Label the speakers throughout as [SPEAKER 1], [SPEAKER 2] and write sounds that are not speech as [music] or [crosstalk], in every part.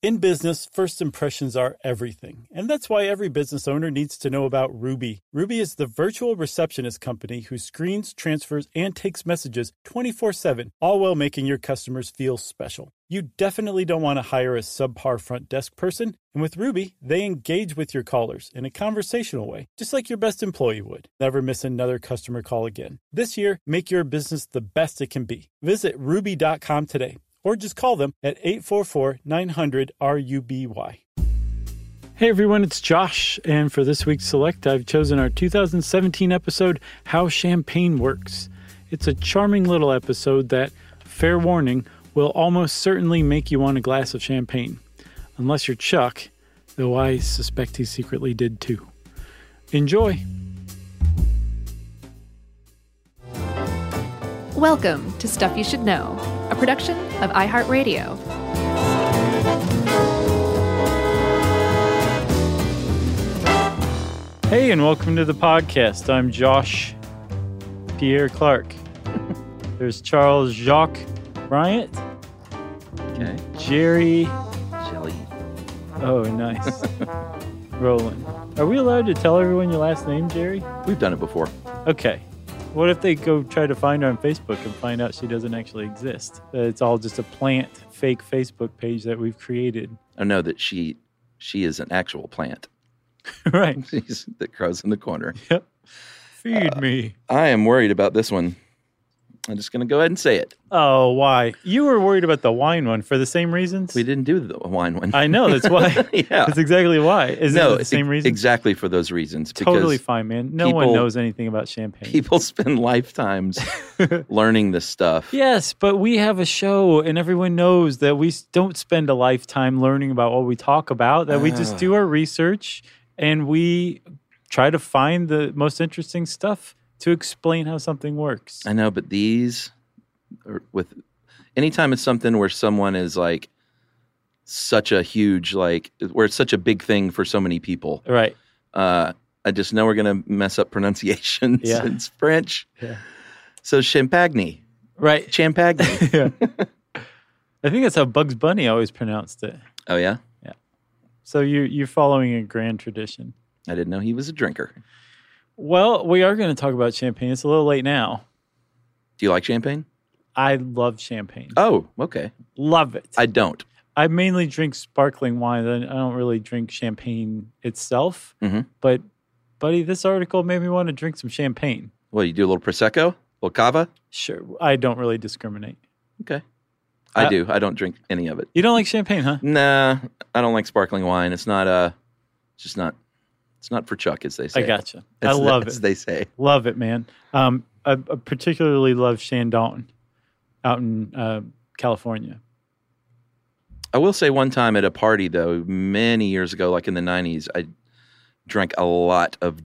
[SPEAKER 1] In business, first impressions are everything. And that's why every business owner needs to know about Ruby. Ruby is the virtual receptionist company who screens, transfers, and takes messages 24 7, all while making your customers feel special. You definitely don't want to hire a subpar front desk person. And with Ruby, they engage with your callers in a conversational way, just like your best employee would. Never miss another customer call again. This year, make your business the best it can be. Visit ruby.com today or just call them at 844 900 RUBY. Hey everyone, it's Josh, and for this week's Select, I've chosen our 2017 episode, How Champagne Works. It's a charming little episode that, fair warning, will almost certainly make you want a glass of champagne. Unless you're Chuck, though I suspect he secretly did too. Enjoy!
[SPEAKER 2] Welcome to Stuff You Should Know, a production of iHeartRadio.
[SPEAKER 1] Hey, and welcome to the podcast. I'm Josh Pierre [laughs] Clark. There's Charles Jacques Bryant,
[SPEAKER 3] Okay.
[SPEAKER 1] Jerry.
[SPEAKER 3] Jelly.
[SPEAKER 1] Oh, [laughs] nice. Roland. Are we allowed to tell everyone your last name, Jerry?
[SPEAKER 3] We've done it before.
[SPEAKER 1] Okay. What if they go try to find her on Facebook and find out she doesn't actually exist? That it's all just a plant fake Facebook page that we've created. [laughs]
[SPEAKER 3] I know that she she is an actual plant. [laughs]
[SPEAKER 1] right.
[SPEAKER 3] She's that grows in the corner.
[SPEAKER 1] Yep. Uh, Feed me.
[SPEAKER 3] I am worried about this one. I'm just going to go ahead and say it.
[SPEAKER 1] Oh, why? You were worried about the wine one for the same reasons?
[SPEAKER 3] We didn't do the wine one.
[SPEAKER 1] I know.
[SPEAKER 3] [laughs]
[SPEAKER 1] That's why.
[SPEAKER 3] Yeah.
[SPEAKER 1] That's exactly why. Is
[SPEAKER 3] no,
[SPEAKER 1] it the same
[SPEAKER 3] e-
[SPEAKER 1] reason?
[SPEAKER 3] Exactly for those reasons. Because
[SPEAKER 1] Totally fine, man. No one
[SPEAKER 3] people-
[SPEAKER 1] knows anything about champagne.
[SPEAKER 3] people [laughs]
[SPEAKER 1] [laughs]
[SPEAKER 3] spend lifetimes learning this stuff.
[SPEAKER 1] Yes, but we have a show, and everyone knows that we s- don't spend a lifetime learning about what we talk about, that we just
[SPEAKER 3] Ah.
[SPEAKER 1] do our research and we try to find the most interesting stuff to explain how something works.
[SPEAKER 3] I know, but these are with anytime it's something where someone is like such a huge like where it's such a big thing for so many people.
[SPEAKER 1] Right.
[SPEAKER 3] Uh, I just know we're going to mess up pronunciations.
[SPEAKER 1] Yeah.
[SPEAKER 3] it's French.
[SPEAKER 1] Yeah.
[SPEAKER 3] So champagne,
[SPEAKER 1] Right.
[SPEAKER 3] champagne. [laughs]
[SPEAKER 1] yeah. I think that's how Bugs Bunny always pronounced it.
[SPEAKER 3] oh yeah,
[SPEAKER 1] So you you're following a grand tradition.
[SPEAKER 3] I didn't know he was a drinker.
[SPEAKER 1] Well, we are going to talk about champagne. It's a little late now.
[SPEAKER 3] Do you like champagne?
[SPEAKER 1] I love champagne.
[SPEAKER 3] Oh, okay.
[SPEAKER 1] love it.
[SPEAKER 3] I don't.
[SPEAKER 1] I mainly drink sparkling wine. I I don't really drink champagne itself.
[SPEAKER 3] Mhm.
[SPEAKER 1] But, buddy, this article made me want to drink some champagne.
[SPEAKER 3] Well, you do a little prosecco, a little cava.
[SPEAKER 1] Sure. I don't really discriminate.
[SPEAKER 3] Okay, I
[SPEAKER 1] Uh,
[SPEAKER 3] do. I don't drink any of it.
[SPEAKER 1] You don't like champagne, huh?
[SPEAKER 3] Nah, I don't like sparkling wine. It's not uh it's just not. It's not for Chuck, as they say.
[SPEAKER 1] I gotcha. I
[SPEAKER 3] As the-
[SPEAKER 1] love
[SPEAKER 3] as
[SPEAKER 1] it.
[SPEAKER 3] They say.
[SPEAKER 1] Love it, man. Um, I, I particularly love Chandon out in uh, California.
[SPEAKER 3] I will say one time at a party though, many years ago, like in the nineties, I drank a lot of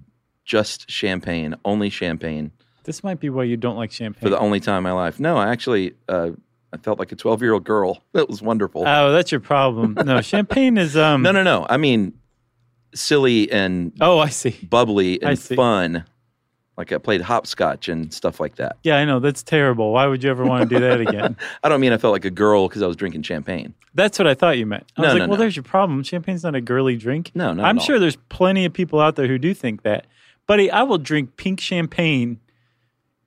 [SPEAKER 3] just champagne, only champagne,
[SPEAKER 1] This might be why you don't like champagne.
[SPEAKER 3] for the only time in my life. No, I actually uh, I felt like a twelve year old girl. [laughs] That was wonderful.
[SPEAKER 1] oh, that's your problem.
[SPEAKER 3] [laughs]
[SPEAKER 1] No, champagne is. um.
[SPEAKER 3] no, no, no. I mean silly and
[SPEAKER 1] Oh, I see.
[SPEAKER 3] bubbly
[SPEAKER 1] I
[SPEAKER 3] and
[SPEAKER 1] see.
[SPEAKER 3] fun. Like I played hopscotch and stuff like that.
[SPEAKER 1] Yeah, I know. That's terrible. Why would you ever want to do that again?
[SPEAKER 3] I don't mean I felt like a girl because I was drinking champagne.
[SPEAKER 1] That's what I thought you meant. I was
[SPEAKER 3] No,
[SPEAKER 1] like,
[SPEAKER 3] no,
[SPEAKER 1] well,
[SPEAKER 3] no.
[SPEAKER 1] there's your problem. Champagne's not a girly drink.
[SPEAKER 3] No, not at
[SPEAKER 1] I'm
[SPEAKER 3] all.
[SPEAKER 1] sure there's plenty of people out there who do think that. Buddy, I will drink pink champagne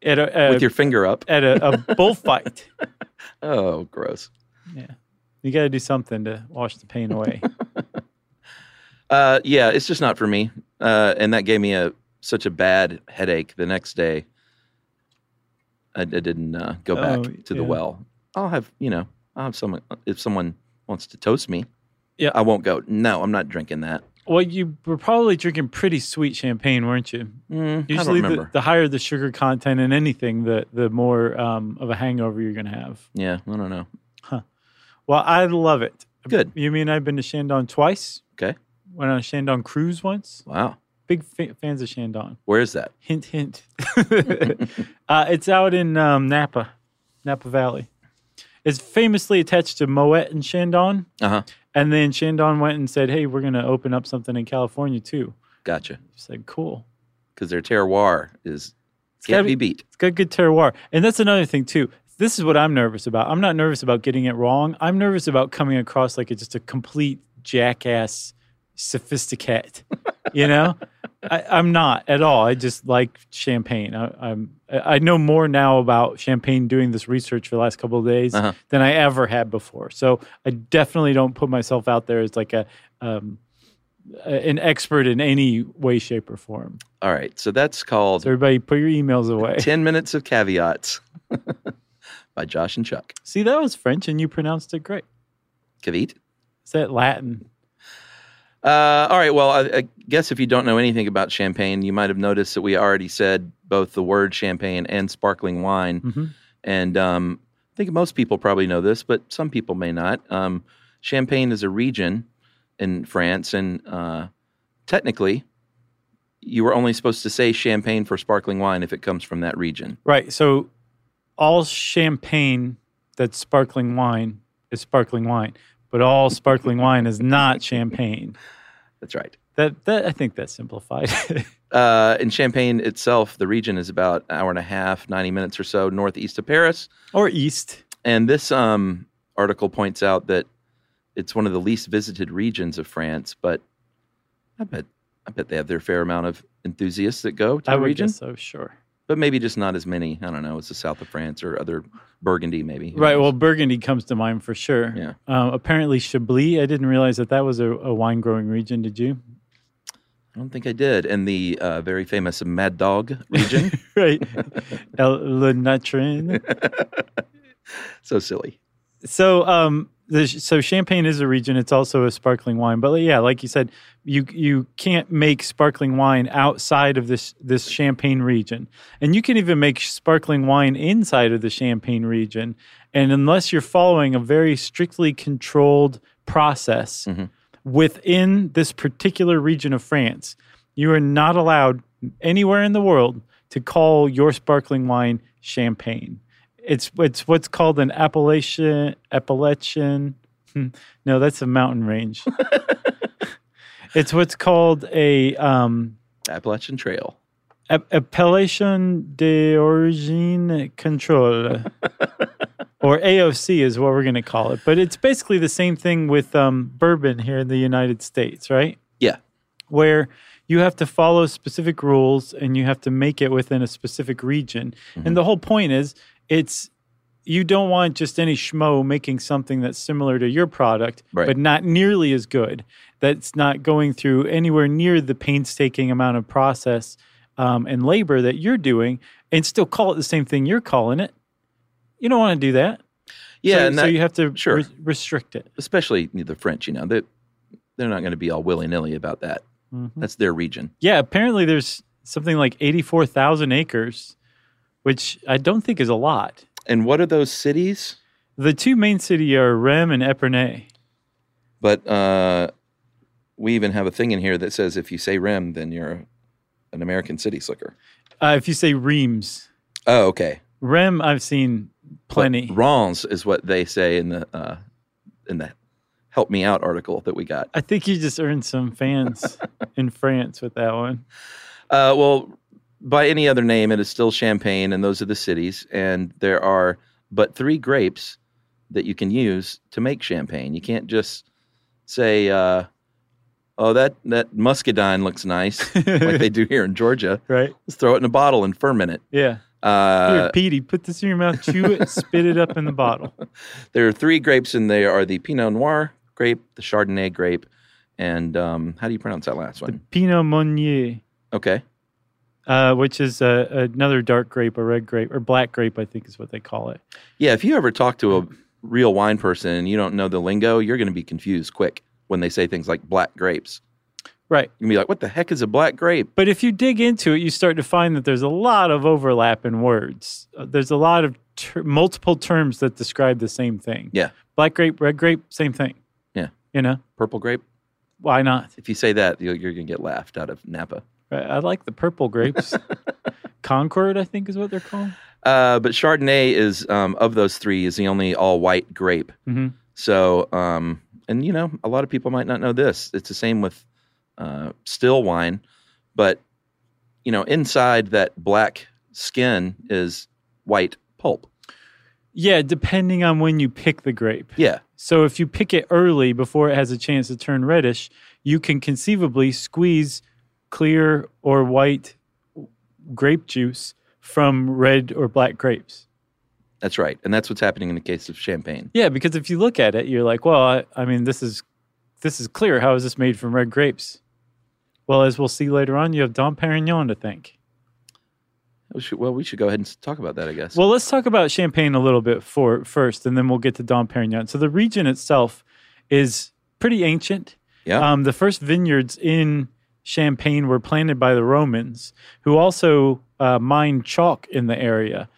[SPEAKER 1] at a, a
[SPEAKER 3] With your finger up.
[SPEAKER 1] [laughs] at a, a bullfight.
[SPEAKER 3] Oh, gross.
[SPEAKER 1] You got to do something to wash the pain
[SPEAKER 3] [laughs]
[SPEAKER 1] away.
[SPEAKER 3] Uh, yeah, it's just not for me. Uh, and that gave me a such a bad headache the next day. I, I didn't uh, go back
[SPEAKER 1] Oh,
[SPEAKER 3] to the
[SPEAKER 1] yeah.
[SPEAKER 3] well. I'll have you know, I'll have someone if someone wants to toast me.
[SPEAKER 1] Yeah.
[SPEAKER 3] I won't go. No, I'm not drinking that.
[SPEAKER 1] well, you were probably drinking pretty sweet champagne, weren't you?
[SPEAKER 3] Mm, I don't
[SPEAKER 1] Usually, the,
[SPEAKER 3] remember.
[SPEAKER 1] the higher the sugar content in anything, the the more um, of a hangover you're going to have.
[SPEAKER 3] yeah, I don't know.
[SPEAKER 1] Well, I love it.
[SPEAKER 3] Good.
[SPEAKER 1] You mean I've been to Shandon twice?
[SPEAKER 3] Okay.
[SPEAKER 1] Went on a Shandon cruise once.
[SPEAKER 3] Wow.
[SPEAKER 1] Big fa- fans of Shandon.
[SPEAKER 3] Where is that?
[SPEAKER 1] Hint, hint. [laughs] uh, it's out in um, Napa, Napa Valley. It's famously attached to Moet and Shandon.
[SPEAKER 3] Uh huh.
[SPEAKER 1] And then Shandon went and said, hey, we're going to open up something in California too.
[SPEAKER 3] Gotcha.
[SPEAKER 1] I said, cool.
[SPEAKER 3] Because their terroir is
[SPEAKER 1] gotta
[SPEAKER 3] can't be beat.
[SPEAKER 1] It's got good terroir. And that's another thing, too. This is what I'm nervous about. I'm not nervous about getting it wrong. I'm nervous about coming across like a, just a complete jackass sophisticate. [laughs] You know, I, I'm not at all. I just like champagne. I, I'm I I know more now about champagne doing this research for the last couple of days
[SPEAKER 3] Uh-huh.
[SPEAKER 1] than I ever had before. So I definitely don't put myself out there as like a um, a- an expert in any way, shape, or form.
[SPEAKER 3] All right. So that's called
[SPEAKER 1] So everybody, put your emails
[SPEAKER 3] [laughs]
[SPEAKER 1] away.
[SPEAKER 3] 10 Minutes of Caveats [laughs] by Josh and Chuck.
[SPEAKER 1] See, that was French, and you pronounced it great.
[SPEAKER 3] Caveat.
[SPEAKER 1] Is that Latin?
[SPEAKER 3] Uh, all right. Well, I, I guess if you don't know anything about champagne, you might have noticed that we already said both the word champagne and sparkling wine.
[SPEAKER 1] Mhm.
[SPEAKER 3] And um, I think most people probably know this, but some people may not. Um, Champagne is a region in France, and uh, technically, you were only supposed to say champagne for sparkling wine if it comes from that region.
[SPEAKER 1] Right. So, all champagne that's sparkling wine is sparkling wine, but all
[SPEAKER 3] [laughs]
[SPEAKER 1] sparkling wine is not champagne.
[SPEAKER 3] That's right.
[SPEAKER 1] That that I think that simplified. [laughs] it.
[SPEAKER 3] Uh, in Champagne itself, the region is about an hour and a half, 90 minutes or so northeast of Paris.
[SPEAKER 1] or East.
[SPEAKER 3] And this um, article points out that it's one of the least visited regions of France, but I bet I bet they have their fair amount of enthusiasts that go to
[SPEAKER 1] I
[SPEAKER 3] the
[SPEAKER 1] would
[SPEAKER 3] region,
[SPEAKER 1] guess so. Sure.
[SPEAKER 3] but maybe just not as many. I don't know. It's the south of France or other Burgundy, maybe. Who
[SPEAKER 1] Right.
[SPEAKER 3] knows?
[SPEAKER 1] Well, Burgundy comes to mind for sure.
[SPEAKER 3] Yeah.
[SPEAKER 1] Um, apparently, Chablis. I didn't realize that that was a, a wine growing region. Did you? [laughs]
[SPEAKER 3] I don't think I did. And the uh, very famous Mad Dog
[SPEAKER 1] [laughs]
[SPEAKER 3] region. [laughs]
[SPEAKER 1] right. El, Le Natrin.
[SPEAKER 3] so silly.
[SPEAKER 1] So, um, the, so champagne is a region. It's also a sparkling wine. But yeah, like you said, you you can't make sparkling wine outside of this this champagne region, and you can even make sparkling wine inside of the champagne region. And unless you're following a very strictly controlled process
[SPEAKER 3] Mhm.
[SPEAKER 1] within this particular region of France, you are not allowed anywhere in the world to call your sparkling wine champagne. It's it's what's called an Appalachian Appalachian. hmm, No, that's a mountain range. it's what's called a um,
[SPEAKER 3] Appalachian Trail.
[SPEAKER 1] a- Appellation d'origine control, or AOC is what we're going to call it. But it's basically the same thing with um, bourbon here in the United States, right?
[SPEAKER 3] Yeah.
[SPEAKER 1] where you have to follow specific rules and you have to make it within a specific region.
[SPEAKER 3] Mm-hmm.
[SPEAKER 1] And the whole point is it's you don't want just any schmo making something that's similar to your product
[SPEAKER 3] Right.
[SPEAKER 1] but not nearly as good. That's not going through anywhere near the painstaking amount of process um, and labor that you're doing and still call it the same thing you're calling it. You don't want to do that.
[SPEAKER 3] Yeah.
[SPEAKER 1] so,
[SPEAKER 3] and
[SPEAKER 1] so
[SPEAKER 3] that-
[SPEAKER 1] you have to
[SPEAKER 3] sure.
[SPEAKER 1] res- restrict it.
[SPEAKER 3] especially the French, you know, they they're not going to be all willy nilly about that.
[SPEAKER 1] Mhm.
[SPEAKER 3] That's their region.
[SPEAKER 1] Yeah, apparently there's something like 84,000 acres, which I don't think is a lot.
[SPEAKER 3] And what are those cities?
[SPEAKER 1] The two main cities are Rem and Epernay.
[SPEAKER 3] But uh, we even have a thing in here that says if you say Rem, then you're an American city slicker.
[SPEAKER 1] Uh, if you say Reims,
[SPEAKER 3] Oh, okay.
[SPEAKER 1] Rem I've seen plenty.
[SPEAKER 3] But Rons is what they say in the uh, in the help me out article that we got.
[SPEAKER 1] I think you just earned some
[SPEAKER 3] [laughs]
[SPEAKER 1] fans in France with that one.
[SPEAKER 3] Uh, well, by any other name, it is still Champagne, and those are the cities. And there are but three grapes that you can use to make champagne. You can't just say, uh, "Oh, that that muscadine looks nice," like they do here in Georgia.
[SPEAKER 1] Right?
[SPEAKER 3] Let's throw it in a bottle and ferment it.
[SPEAKER 1] Yeah.
[SPEAKER 3] Uh,
[SPEAKER 1] Here, Petey, put this in your mouth, chew
[SPEAKER 3] [laughs]
[SPEAKER 1] it, spit it up in the bottle.
[SPEAKER 3] there are three grapes, and they are the Pinot Noir grape, the Chardonnay grape, and um, how do you pronounce that last one?
[SPEAKER 1] Pinot Meunier,
[SPEAKER 3] Okay,
[SPEAKER 1] uh, which is uh, another dark grape, a red grape, or black grape, I think is what they call it.
[SPEAKER 3] Yeah, if you ever talk to a real wine person and you don't know the lingo, you're going to be confused quick when they say things like black grapes.
[SPEAKER 1] Right.
[SPEAKER 3] You're going to be like, what the heck is a black grape?
[SPEAKER 1] But if you dig into it, you start to find that there's a lot of overlap in words. Uh, There's a lot of ter- multiple terms that describe the same thing.
[SPEAKER 3] Yeah.
[SPEAKER 1] Black grape, red grape, same thing.
[SPEAKER 3] Yeah.
[SPEAKER 1] You know,
[SPEAKER 3] Purple grape.
[SPEAKER 1] why not?
[SPEAKER 3] If you say that, you're, you're going to get laughed out of Napa.
[SPEAKER 1] Right, I like the purple
[SPEAKER 3] [laughs]
[SPEAKER 1] grapes. Concord, I think, is what they're called.
[SPEAKER 3] Uh, but Chardonnay is um, of those three is the only all white grape.
[SPEAKER 1] Mhm.
[SPEAKER 3] So, um, and you know, a lot of people might not know this. It's the same with uh, still wine, but you know, inside that black skin is white pulp.
[SPEAKER 1] Yeah, depending on when you pick the grape.
[SPEAKER 3] Yeah,
[SPEAKER 1] So if you pick it early before it has a chance to turn reddish, you can conceivably squeeze clear or white grape juice from red or black grapes.
[SPEAKER 3] that's right, and that's what's happening in the case of champagne.
[SPEAKER 1] Yeah, because if you look at it, you're like, well, I, I mean, this is this is clear. How is this made from red grapes? Well, as we'll see later on, you have Dom Perignon to thank.
[SPEAKER 3] We should, well, we should go ahead and s- talk about that, I guess.
[SPEAKER 1] Well, let's talk about Champagne a little bit for first, and then we'll get to Dom Perignon. So the region itself is pretty ancient.
[SPEAKER 3] yeah,
[SPEAKER 1] Um, the first vineyards in Champagne were planted by the Romans, who also uh, mined chalk in the area.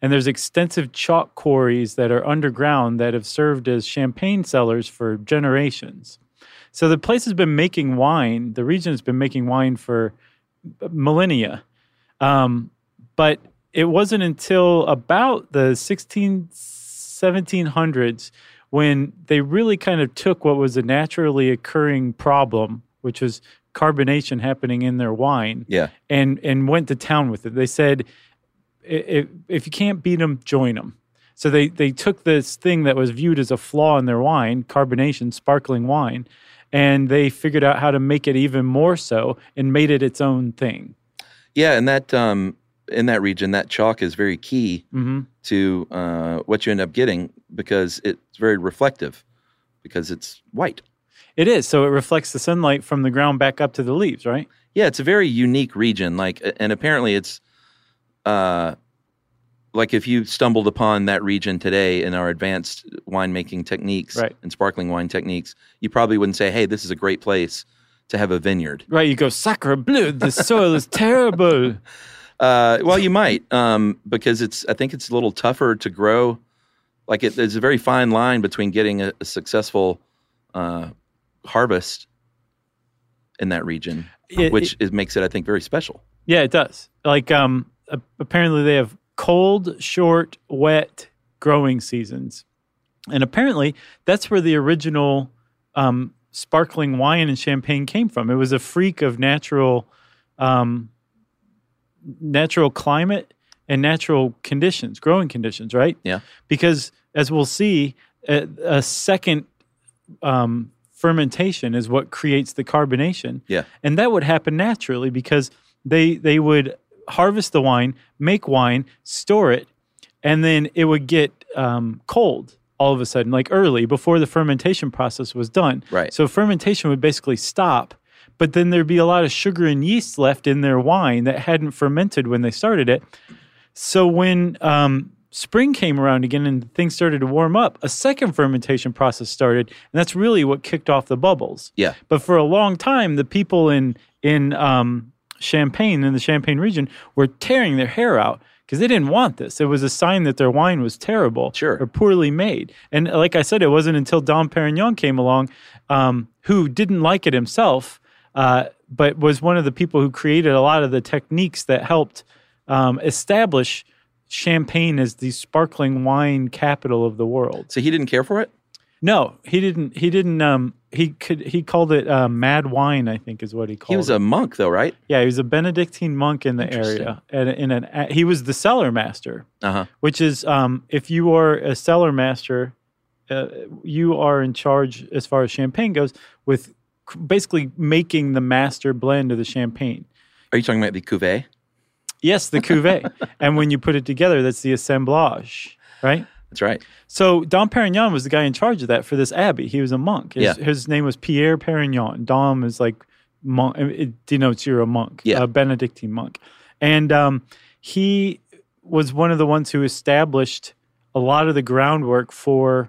[SPEAKER 1] And there's extensive chalk quarries that are underground that have served as champagne cellars for generations. So the place has been making wine, the region has been making wine for millennia. Um, but it wasn't until about the 16 1700s when they really kind of took what was a naturally occurring problem which was carbonation happening in their wine
[SPEAKER 3] yeah,
[SPEAKER 1] and and went to town with it they said if, if you can't beat them join them so they they took this thing that was viewed as a flaw in their wine carbonation sparkling wine and they figured out how to make it even more so and made it its own thing
[SPEAKER 3] yeah, and that um, in that region, that chalk is very key
[SPEAKER 1] hmm
[SPEAKER 3] to uh, what you end up getting because it's very reflective because it's white.
[SPEAKER 1] It is. So it reflects the sunlight from the ground back up to the leaves, right?
[SPEAKER 3] Yeah, it's a very unique region. Like, a- and apparently it's, uh, like if you stumbled upon that region today in our advanced winemaking techniques
[SPEAKER 1] Right.
[SPEAKER 3] and sparkling wine techniques, you probably wouldn't say, "Hey, this is a great place to have a vineyard."
[SPEAKER 1] Right. You go, sacre bleu, the soil is terrible.
[SPEAKER 3] Uh, well, you might um, because it's. I think it's a little tougher to grow. Like it, there's a very fine line between getting a, a successful uh, harvest in that region,
[SPEAKER 1] Yeah,
[SPEAKER 3] which is makes it, I think, very special.
[SPEAKER 1] Yeah, it does. Like, um, a- apparently they have cold, short, wet growing seasons, and apparently that's where the original um, sparkling wine and champagne came from. It was a freak of natural, um, natural climate and natural conditions, growing conditions, right?
[SPEAKER 3] Yeah.
[SPEAKER 1] Because as we'll see, a, a second um, fermentation is what creates the carbonation
[SPEAKER 3] Yeah,
[SPEAKER 1] and that would happen naturally because they they would harvest the wine, make wine, store it, and then it would get um, cold all of a sudden, like early before the fermentation process was done.
[SPEAKER 3] Right.
[SPEAKER 1] So fermentation would basically stop, but then there'd be a lot of sugar and yeast left in their wine that hadn't fermented when they started it. So when um, spring came around again and things started to warm up, a second fermentation process started, and that's really what kicked off the bubbles.
[SPEAKER 3] yeah,
[SPEAKER 1] But for a long time, the people in in um, Champagne in the Champagne region were tearing their hair out because they didn't want this. It was a sign that their wine was terrible
[SPEAKER 3] Sure.
[SPEAKER 1] or poorly made. And like I said, it wasn't until Dom Perignon came along, um, who didn't like it himself, uh, but was one of the people who created a lot of the techniques that helped um, establish Champagne as the sparkling wine capital of the world.
[SPEAKER 3] So he didn't care for it.
[SPEAKER 1] No, he didn't. He didn't. Um, he could. He called it uh, mad wine. I think is what he called.
[SPEAKER 3] He was
[SPEAKER 1] it.
[SPEAKER 3] a monk, though, right?
[SPEAKER 1] yeah. He was a Benedictine monk in the area, and in an a- he was the cellar master,
[SPEAKER 3] Uh huh.
[SPEAKER 1] which is um, if you are a cellar master, uh, you are in charge as far as champagne goes with c- basically making the master blend of the champagne.
[SPEAKER 3] Are you talking about the cuvee?
[SPEAKER 1] Yes, the cuvee, and when you put it together, that's the assemblage, right?
[SPEAKER 3] That's right.
[SPEAKER 1] So Dom Perignon was the guy in charge of that for this abbey. He was a monk. His,
[SPEAKER 3] Yeah.
[SPEAKER 1] his name was Pierre Perignon. Dom is like monk. It denotes you're a monk,
[SPEAKER 3] Yeah.
[SPEAKER 1] a Benedictine monk, and um, he was one of the ones who established a lot of the groundwork for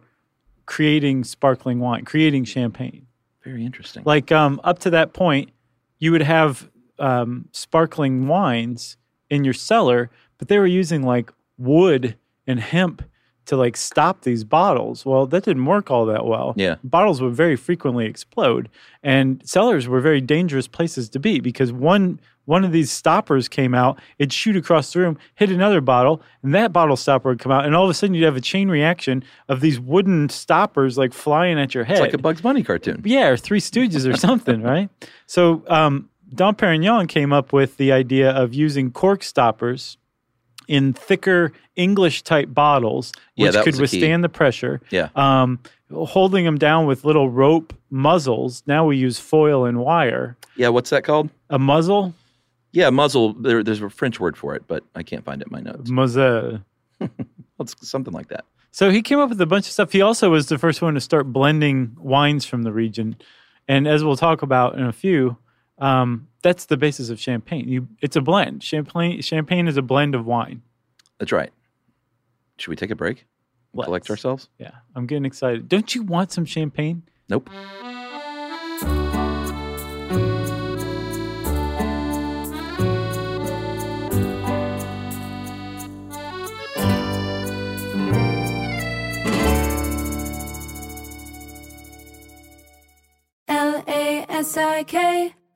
[SPEAKER 1] creating sparkling wine, creating champagne.
[SPEAKER 3] Very interesting.
[SPEAKER 1] Like um, up to that point, you would have um, sparkling wines in your cellar, but they were using like wood and hemp to like stop these bottles. Well, that didn't work all that well.
[SPEAKER 3] Yeah.
[SPEAKER 1] Bottles would very frequently explode and cellars were very dangerous places to be because one one of these stoppers came out, it'd shoot across the room, hit another bottle, and that bottle stopper would come out and all of a sudden you'd have a chain reaction of these wooden stoppers like flying at your head.
[SPEAKER 3] It's like a Bugs Bunny cartoon.
[SPEAKER 1] Yeah, or Three Stooges or something, [laughs] right? So um, Dom Perignon came up with the idea of using cork stoppers in thicker English type bottles,
[SPEAKER 3] Yeah,
[SPEAKER 1] which
[SPEAKER 3] that
[SPEAKER 1] could
[SPEAKER 3] was the key.
[SPEAKER 1] withstand the pressure.
[SPEAKER 3] Yeah.
[SPEAKER 1] Um, holding them down with little rope muzzles. Now we use foil and wire.
[SPEAKER 3] Yeah. What's that called?
[SPEAKER 1] A muzzle,
[SPEAKER 3] Yeah, muzzle. There, there's a French word for it, but I can't find it in my notes.
[SPEAKER 1] muzzle.
[SPEAKER 3] Well, It's something like that.
[SPEAKER 1] So he came up with a bunch of stuff. He also was the first one to start blending wines from the region, and as we'll talk about in a few, um, that's the basis of champagne. You, it's a blend. Champagne, champagne is a blend of wine.
[SPEAKER 3] That's right. Should we take a break? and
[SPEAKER 1] Let's.
[SPEAKER 3] Collect ourselves?
[SPEAKER 1] Yeah, I'm getting excited. Don't you want some champagne?
[SPEAKER 3] Nope. [laughs]
[SPEAKER 4] L A S I K,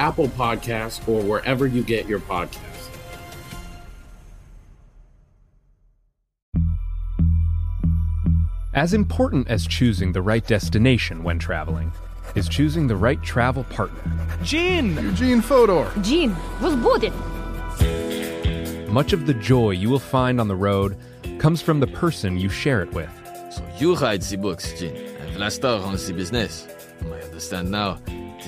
[SPEAKER 5] Apple Podcasts, or wherever you get your podcasts.
[SPEAKER 6] As important as choosing the right destination when traveling is choosing the right travel partner.
[SPEAKER 1] Gene,
[SPEAKER 7] Eugene Fodor.
[SPEAKER 2] Gene was booted.
[SPEAKER 6] Much of the joy you will find on the road comes from the person you share it with.
[SPEAKER 5] So you hide the books, Jin, and Vlastar on the business. I understand now. It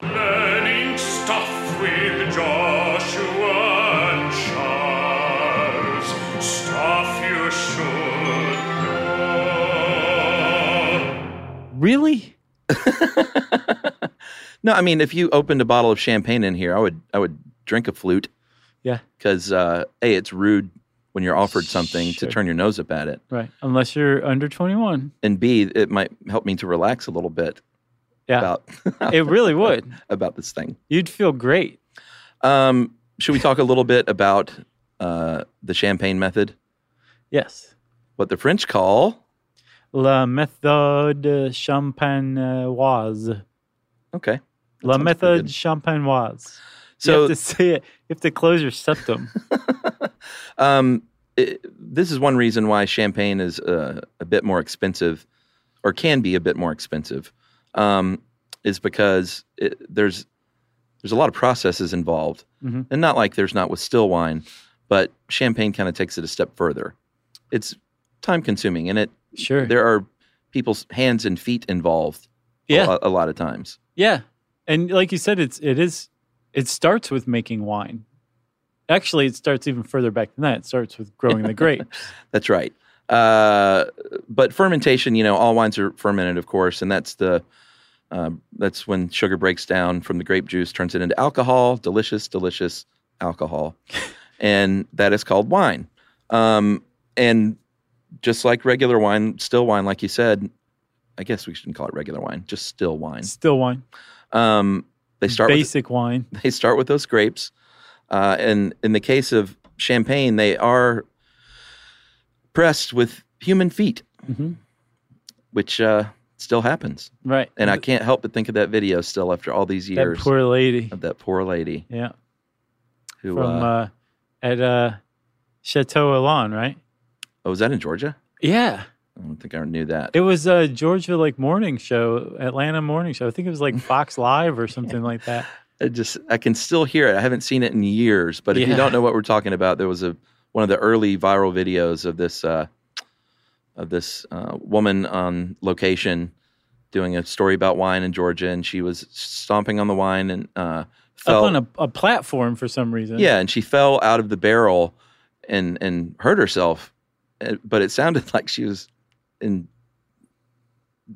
[SPEAKER 5] Learning stuff with Joshua and Charles. Stuff you should know.
[SPEAKER 1] really?
[SPEAKER 3] No, I mean, if you opened a bottle of champagne in here, I would, I would drink a flute
[SPEAKER 1] Yeah,
[SPEAKER 3] because, uh, a, it's rude when you're offered something
[SPEAKER 1] Sure.
[SPEAKER 3] to turn your nose up at it,
[SPEAKER 1] right. Unless you're under 21.
[SPEAKER 3] and b, it might help me to relax a little bit
[SPEAKER 1] Yeah, [laughs]
[SPEAKER 3] about
[SPEAKER 1] it really would.
[SPEAKER 3] [laughs] about this thing.
[SPEAKER 1] You'd feel great.
[SPEAKER 3] Um, should we talk a little bit about uh, the champagne method,
[SPEAKER 1] Yes.
[SPEAKER 3] what the French call
[SPEAKER 1] La méthode champenoise.
[SPEAKER 3] Okay.
[SPEAKER 1] La méthode champenoise. you
[SPEAKER 3] So-
[SPEAKER 1] have to say it. You have to close your septum.
[SPEAKER 3] [laughs] Um, it, this is one reason why champagne is uh, a bit more expensive, or can be a bit more expensive, um, is because it, there's there's a lot of processes involved,
[SPEAKER 1] Mhm.
[SPEAKER 3] and not like there's not with still wine, but champagne kind of takes it a step further. It's time consuming, and it
[SPEAKER 1] [laughs] sure
[SPEAKER 3] there are people's hands and feet involved.
[SPEAKER 1] Yeah.
[SPEAKER 3] a, lo- a lot of times.
[SPEAKER 1] Yeah, and like you said, it's it is it starts with making wine. Actually, it starts even further back than that. It starts with growing
[SPEAKER 3] [laughs]
[SPEAKER 1] the grapes.
[SPEAKER 3] That's right. Uh, but fermentation, you know, all wines are fermented, of course, and that's the um, that's when sugar breaks down from the grape juice, turns it into alcohol. Delicious, delicious alcohol, and that is called wine. Um, and just like regular wine, still wine, like you said, I guess we shouldn't call it regular wine, just still wine.
[SPEAKER 1] Still wine,
[SPEAKER 3] Um, they start with-
[SPEAKER 1] basic wine.
[SPEAKER 3] [laughs] they start with those grapes. Uh, and in the case of champagne, they are pressed with human feet,
[SPEAKER 1] Mhm.
[SPEAKER 3] which uh, still happens.
[SPEAKER 1] Right.
[SPEAKER 3] And I can't help but think of that video still after all these
[SPEAKER 1] That
[SPEAKER 3] years
[SPEAKER 1] poor lady.
[SPEAKER 3] of that poor lady
[SPEAKER 1] Yeah.
[SPEAKER 3] who
[SPEAKER 1] From
[SPEAKER 3] uh,
[SPEAKER 1] uh, at uh, Chateau Alon, right?
[SPEAKER 3] oh, was that in Georgia?
[SPEAKER 1] Yeah.
[SPEAKER 3] I don't think I knew that.
[SPEAKER 1] It was a Georgia like morning show, Atlanta morning show. I think it was like Fox Live or something like that.
[SPEAKER 3] I just I can still hear it. I haven't seen it in years, but if you
[SPEAKER 1] Yeah.
[SPEAKER 3] don't know what we're talking about, there was a one of the early viral videos of this uh, of this uh, woman on location doing a story about wine in Georgia, and she was stomping on the wine and uh,
[SPEAKER 1] Up
[SPEAKER 3] fell
[SPEAKER 1] on a, a platform for some reason.
[SPEAKER 3] yeah, and she fell out of the barrel and and hurt herself, Uh, but it sounded [laughs] like she was in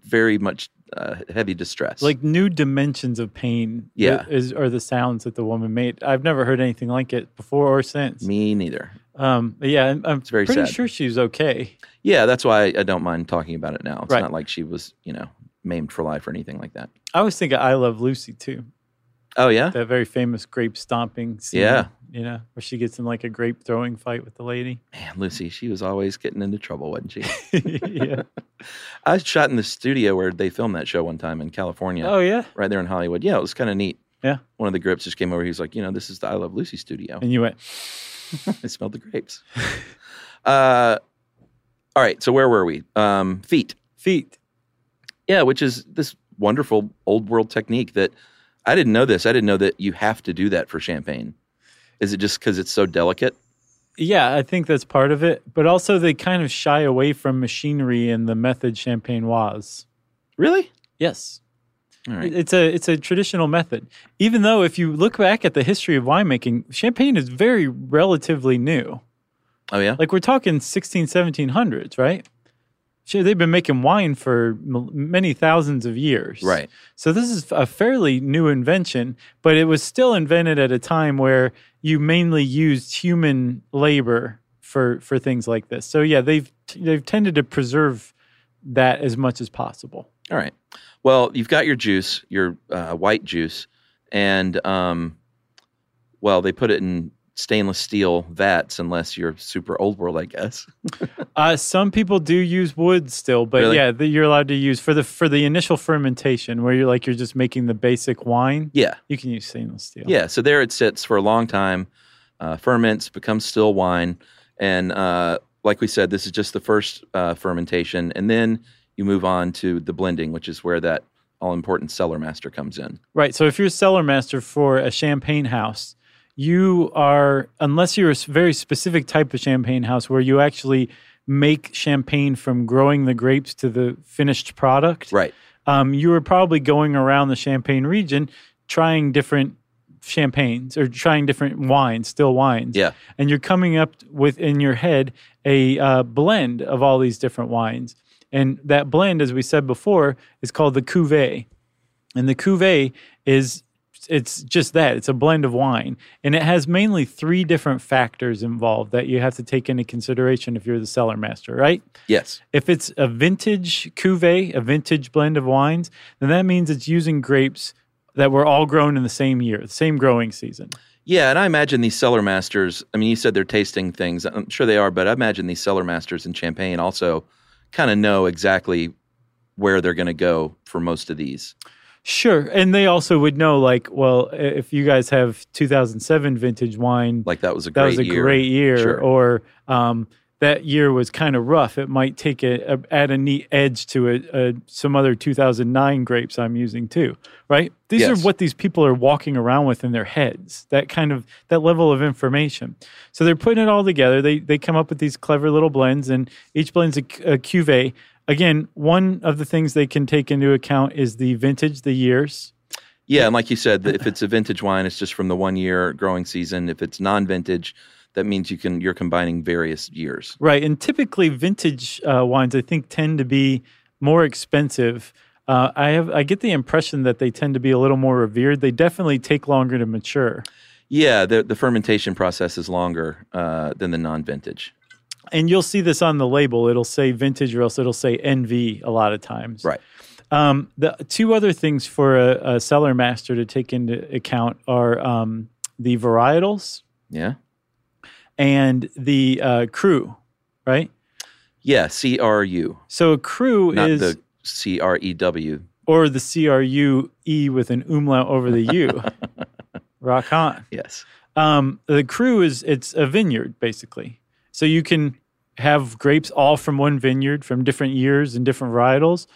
[SPEAKER 3] very much uh, heavy distress.
[SPEAKER 1] Like new dimensions of pain.
[SPEAKER 3] Yeah.
[SPEAKER 1] Is, are the sounds that the woman made. I've never heard anything like it before or since.
[SPEAKER 3] me neither.
[SPEAKER 1] Um, but yeah, I'm, I'm
[SPEAKER 3] very
[SPEAKER 1] pretty
[SPEAKER 3] sad.
[SPEAKER 1] sure she was okay.
[SPEAKER 3] Yeah, that's why I don't mind talking about it now. It's
[SPEAKER 1] Right.
[SPEAKER 3] not like she was, you know, maimed for life or anything like that.
[SPEAKER 1] I was thinking I Love Lucy too.
[SPEAKER 3] Oh yeah,
[SPEAKER 1] That very famous grape stomping scene.
[SPEAKER 3] Yeah.
[SPEAKER 1] You know, where she gets in like a grape throwing fight with the
[SPEAKER 3] [laughs]
[SPEAKER 1] lady. [laughs]
[SPEAKER 3] man, Lucy, she was always getting into trouble, wasn't she?
[SPEAKER 1] yeah.
[SPEAKER 3] I shot in the studio where they filmed that show one time in California.
[SPEAKER 1] Oh, yeah.
[SPEAKER 3] right there in Hollywood. Yeah, it was kind of neat.
[SPEAKER 1] Yeah.
[SPEAKER 3] One of the grips just came over. He was like, you know, this is the I Love Lucy
[SPEAKER 1] [laughs]
[SPEAKER 3] studio.
[SPEAKER 1] And you went,
[SPEAKER 3] I smelled the grapes. uh, all right, so where were we? Um, feet.
[SPEAKER 1] Feet.
[SPEAKER 3] Yeah, which is this wonderful old world technique that I didn't know this. I didn't know that you have to do that for champagne. Is it just because it's so delicate?
[SPEAKER 1] Yeah, I think that's part of it. But also, they kind of shy away from machinery and the method champagne was.
[SPEAKER 3] Really?
[SPEAKER 1] Yes.
[SPEAKER 3] All right.
[SPEAKER 1] It- It's a it's a traditional method. Even though if you look back at the history of winemaking, champagne is very relatively new.
[SPEAKER 3] Oh yeah.
[SPEAKER 1] Like we're talking 16 1700s, right? Sure, they've been making wine for m- many thousands of years.
[SPEAKER 3] Right.
[SPEAKER 1] So this is a fairly new invention, but it was still invented at a time where you mainly used human labor for for things like this. So yeah, they've they've tended to preserve that as much as possible.
[SPEAKER 3] All right. Well, you've got your juice, your uh, white juice, and um, well, they put it in stainless steel vats unless you're super old world, I guess.
[SPEAKER 1] Uh, some people do use wood still, but
[SPEAKER 3] Really?
[SPEAKER 1] yeah, the, you're allowed to use for the for the initial fermentation where you're like you're just making the basic wine.
[SPEAKER 3] Yeah.
[SPEAKER 1] You can use stainless steel.
[SPEAKER 3] Yeah, so there it sits for a long time, uh, ferments, becomes still wine. And uh, like we said, this is just the first uh, fermentation. And then you move on to the blending, which is where that all important cellar master comes in.
[SPEAKER 1] Right. So if you're a cellar master for a champagne house, you are, unless you're a s- very specific type of champagne house where you actually make champagne from growing the grapes to the finished product,
[SPEAKER 3] Right.
[SPEAKER 1] um, you are probably going around the champagne region trying different champagnes or trying different wines, still wines.
[SPEAKER 3] Yeah.
[SPEAKER 1] And you're coming up with in your head a uh, blend of all these different wines. And that blend, as we said before, is called the cuvee. And the cuvee is it's just that it's a blend of wine and it has mainly three different factors involved that you have to take into consideration if you're the cellar master, right?
[SPEAKER 3] Yes.
[SPEAKER 1] If it's a vintage cuvee, a vintage blend of wines, then that means it's using grapes that were all grown in the same year, the same growing season.
[SPEAKER 3] Yeah, and I imagine these cellar masters. I mean, you said they're tasting things. I'm sure they are, but I imagine these cellar masters in Champagne also kind of know exactly where they're going to go for most of these.
[SPEAKER 1] Sure. And they also would know, like, well, i- if you guys have 2007 vintage wine,
[SPEAKER 3] Like that was a
[SPEAKER 1] that was a
[SPEAKER 3] great year.
[SPEAKER 1] great year,
[SPEAKER 3] Sure.
[SPEAKER 1] or um, that year was kind of rough. It might take a, a add a neat edge to it. uh some other 2009 grapes I'm using too, right? These
[SPEAKER 3] Yes.
[SPEAKER 1] are what these people are walking around with in their heads. That kind of that level of information. So they're putting it all together. They they come up with these clever little blends, and each blend's a, cu- a cuvee. Again, one of the things they can take into account is the vintage, the years,
[SPEAKER 3] Yeah, and like you said, if it's a vintage wine, it's just from the one year growing season. If it's non-vintage, that means you can you're combining various years.
[SPEAKER 1] Right, and typically vintage uh, wines, I think, tend to be more expensive. Uh, I have I get the impression that they tend to be a little more revered. They definitely take longer to mature,
[SPEAKER 3] Yeah, the the fermentation process is longer uh, than the non-vintage.
[SPEAKER 1] and you'll see this on the label. It'll say vintage, or else it'll say NV a lot of times.
[SPEAKER 3] Right.
[SPEAKER 1] Um, the two other things for a, a cellar master to take into account are um, the varietals
[SPEAKER 3] Yeah.
[SPEAKER 1] and the uh, crew. Right.
[SPEAKER 3] Yeah, C R U,
[SPEAKER 1] So a crew
[SPEAKER 3] not
[SPEAKER 1] is
[SPEAKER 3] the C R E W.
[SPEAKER 1] or the CRU E with an umlaut over the U. Rock on.
[SPEAKER 3] Yes.
[SPEAKER 1] Um, the crew is it's a vineyard basically, so you can have grapes all from one vineyard from different years and different varietals,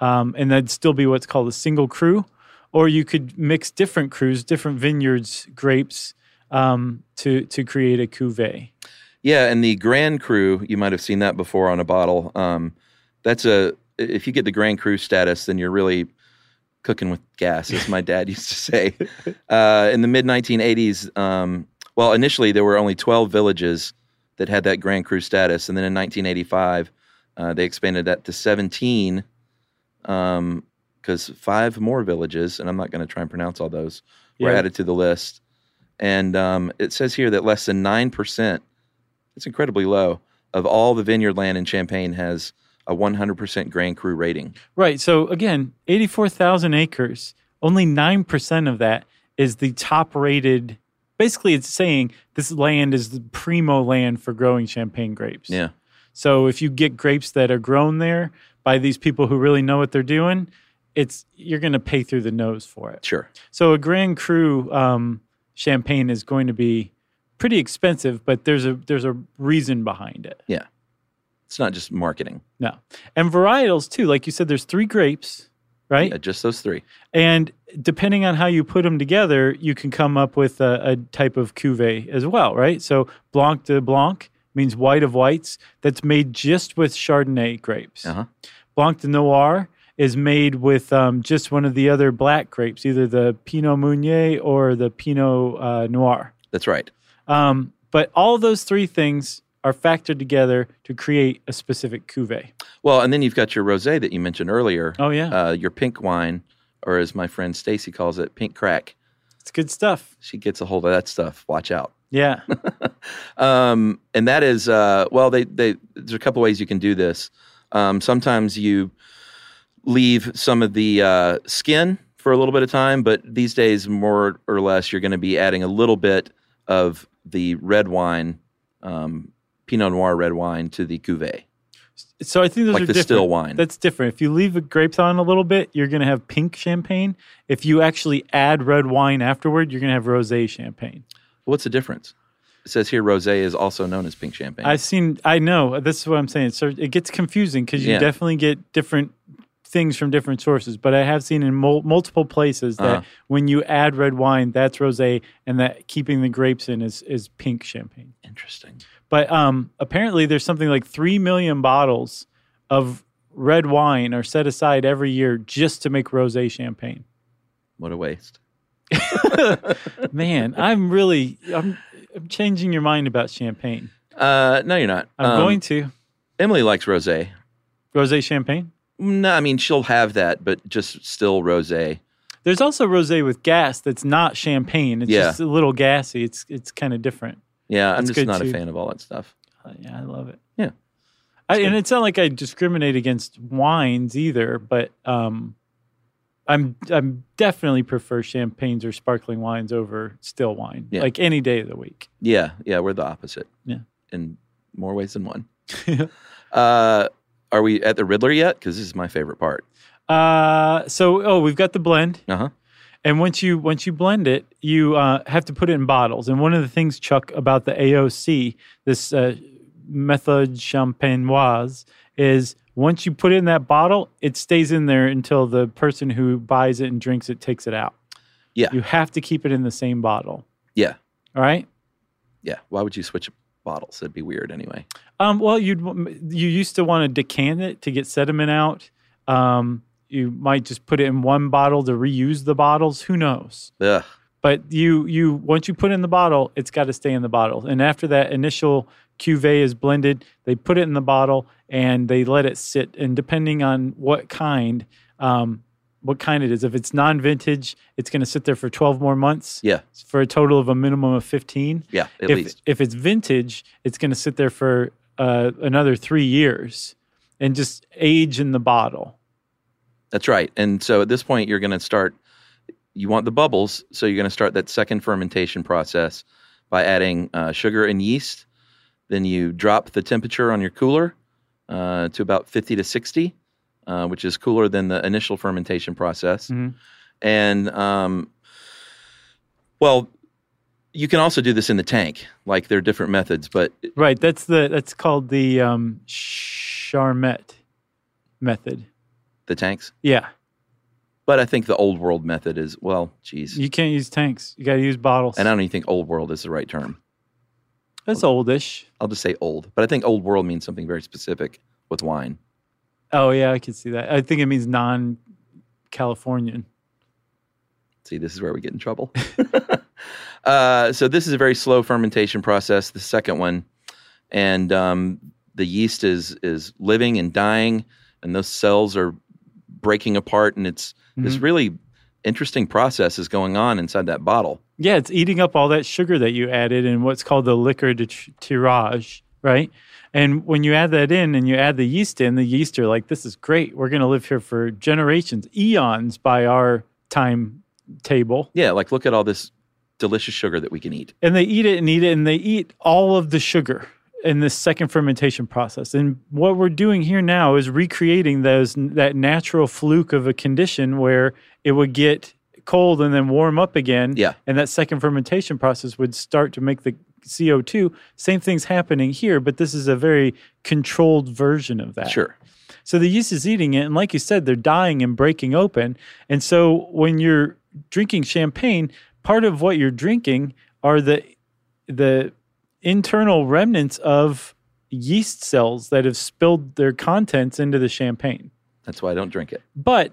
[SPEAKER 1] um, and that'd still be what's called a single crew. Or you could mix different crews, different vineyards, grapes um, to to create a cuvee.
[SPEAKER 3] Yeah, and the Grand Cru, you might have seen that before on a bottle. Um, that's a if you get the Grand Cru status, then you're really cooking with gas, as my dad [laughs] used to say. Uh, in the mid 1980s, um, well, initially there were only 12 villages that had that Grand Cru status, and then in 1985 uh, they expanded that to 17 because five more villages, and I'm not going to try and pronounce all those, were
[SPEAKER 8] Yeah.
[SPEAKER 3] added to the list. And um, it says here that less than nine percent it's incredibly low. Of all the vineyard land in Champagne has a 100% Grand Cru rating.
[SPEAKER 1] Right. So again, 84,000 acres, only 9% of that is the top rated. Basically, it's saying this land is the primo land for growing champagne grapes.
[SPEAKER 3] Yeah.
[SPEAKER 1] So if you get grapes that are grown there by these people who really know what they're doing, it's you're going to pay through the nose for it.
[SPEAKER 3] Sure.
[SPEAKER 1] So a Grand Cru um, champagne is going to be pretty expensive, but there's a there's a reason behind it.
[SPEAKER 3] Yeah. It's not just marketing.
[SPEAKER 1] No. And varietals too. Like you said, there's three grapes, right?
[SPEAKER 3] Yeah, just those three.
[SPEAKER 1] And depending on how you put them together, you can come up with a, a type of cuvee as well, right? So Blanc de Blanc means white of whites. That's made just with Chardonnay grapes.
[SPEAKER 3] Uh-huh.
[SPEAKER 1] Blanc de Noir is made with um, just one of the other black grapes, either the Pinot Meunier or the Pinot uh, Noir.
[SPEAKER 3] That's right.
[SPEAKER 1] Um, but all those three things are factored together to create a specific cuvee.
[SPEAKER 3] Well, and then you've got your rosé that you mentioned earlier.
[SPEAKER 1] Oh, yeah.
[SPEAKER 3] Uh, your pink wine, or as my friend Stacy calls it, pink crack.
[SPEAKER 1] It's good stuff.
[SPEAKER 3] She gets a hold of that stuff. Watch out.
[SPEAKER 1] Yeah.
[SPEAKER 3] um, and that is uh, well they, they there's a couple ways you can do this um, sometimes you leave some of the uh, skin for a little bit of time but these days more or less you're going to be adding a little bit of the red wine um, pinot noir red wine to the cuvee
[SPEAKER 1] So I think those
[SPEAKER 3] Like
[SPEAKER 1] are
[SPEAKER 3] the
[SPEAKER 1] different.
[SPEAKER 3] still wine.
[SPEAKER 1] That's different. If you leave the grapes on a little bit, you're going to have pink champagne. If you actually add red wine afterward, you're going to have rosé champagne.
[SPEAKER 3] what's the difference it says here rosé is also known as pink champagne
[SPEAKER 1] I've seen. I know. This is what I'm saying. So it gets confusing because you
[SPEAKER 3] Yeah.
[SPEAKER 1] definitely get different things from different sources. But I have seen in mul- multiple places that
[SPEAKER 3] Uh-huh.
[SPEAKER 1] when you add red wine, that's rosé, and that keeping the grapes in is is pink champagne.
[SPEAKER 3] Interesting.
[SPEAKER 1] But um, apparently, there's something like three million bottles of red wine are set aside every year just to make rosé champagne.
[SPEAKER 3] what a waste
[SPEAKER 1] Man, I'm really I'm, I'm changing your mind about champagne.
[SPEAKER 3] uh, no you're not
[SPEAKER 1] I'm going to
[SPEAKER 3] emily likes rosé
[SPEAKER 1] rosé champagne.
[SPEAKER 3] no i mean she'll have that but just still rosé
[SPEAKER 1] There's also rosé with gas that's not champagne. It's
[SPEAKER 3] Yeah.
[SPEAKER 1] just a little gassy. It's it's kind of different.
[SPEAKER 3] yeah i'm
[SPEAKER 1] That's
[SPEAKER 3] just
[SPEAKER 1] good
[SPEAKER 3] not a
[SPEAKER 1] too.
[SPEAKER 3] fan of all that stuff
[SPEAKER 1] Uh, yeah, I love it.
[SPEAKER 3] Yeah.
[SPEAKER 1] I, and it's not like I discriminate against wines either, but um, I'm I'm definitely prefer champagnes or sparkling wines over still wine,
[SPEAKER 3] Yeah.
[SPEAKER 1] like any day of the week.
[SPEAKER 3] Yeah, yeah, we're the opposite.
[SPEAKER 1] Yeah. [laughs]
[SPEAKER 3] In more ways than one. uh, Are we at the Riddler yet? Because this is my favorite part.
[SPEAKER 1] Uh, so oh, we've got the blend.
[SPEAKER 3] Uh-huh.
[SPEAKER 1] And once you once you blend it, you uh, have to put it in bottles. And one of the things, Chuck, about the AOC, this uh, method champenoise, is once you put it in that bottle, it stays in there until the person who buys it and drinks it takes it out.
[SPEAKER 3] Yeah.
[SPEAKER 1] You have to keep it in the same bottle.
[SPEAKER 3] Yeah.
[SPEAKER 1] All right.
[SPEAKER 3] Yeah. Why would you switch bottles? That'd be weird anyway.
[SPEAKER 1] Um, well, you you used to want to decant it to get sediment out. Um, you might just put it in one bottle to reuse the bottles. Who knows?
[SPEAKER 3] Ugh.
[SPEAKER 1] But you you once you put it in the bottle, it's got to stay in the bottle. And after that initial cuvee is blended, they put it in the bottle and they let it sit. And depending on what kind, um, what kind it is, if it's non-vintage, it's going to sit there for 12 more months.
[SPEAKER 3] Yeah.
[SPEAKER 1] For a total of a minimum of 15.
[SPEAKER 3] Yeah, at
[SPEAKER 1] if,
[SPEAKER 3] least.
[SPEAKER 1] If it's vintage, it's going to sit there for uh, another three years and just age in the bottle.
[SPEAKER 3] That's right. And so at this point, you're going to start, you want the bubbles. So you're going to start that second fermentation process by adding uh, sugar and yeast. Then you drop the temperature on your cooler uh, to about 50 to 60, uh, which is cooler than the initial fermentation process. And, um, well, you can also do this in the tank. Like there are different methods, but
[SPEAKER 1] Right. That's the that's called the um, Charmet method.
[SPEAKER 3] the tanks.
[SPEAKER 1] Yeah.
[SPEAKER 3] But I think the old world method is, well, geez.
[SPEAKER 1] You can't use tanks. You got to use bottles.
[SPEAKER 3] And I don't even think old world is the right term.
[SPEAKER 1] That's oldish.
[SPEAKER 3] I'll just say old, but I think old world means something very specific with wine.
[SPEAKER 1] Oh yeah, I can see that. I think it means non-Californian.
[SPEAKER 3] See, this is where we get in trouble. uh, so this is a very slow fermentation process. The second one, and um, the yeast is is living and dying, and those cells are breaking apart, and it's this
[SPEAKER 1] Mhm.
[SPEAKER 3] really interesting process is going on inside that bottle.
[SPEAKER 1] Yeah, it's eating up all that sugar that you added in what's called the liquor de tr- tirage, right? And when you add that in and you add the yeast in, the yeast are like, this is great. We're going to live here for generations, eons by our time table.
[SPEAKER 3] Yeah, like look at all this delicious sugar that we can eat.
[SPEAKER 1] and they eat it and eat it and they eat all of the sugar in this second fermentation process and what we're doing here now is recreating those that natural fluke of a condition where it would get cold and then warm up again
[SPEAKER 3] Yeah.
[SPEAKER 1] and that second fermentation process would start to make the co2 same thing's happening here but this is a very controlled version of that
[SPEAKER 3] Sure.
[SPEAKER 1] so the yeast is eating it, and like you said, they're dying and breaking open. And so when you're drinking champagne, part of what you're drinking are the the internal remnants of yeast cells that have spilled their contents into the champagne.
[SPEAKER 3] That's why I don't drink it.
[SPEAKER 1] But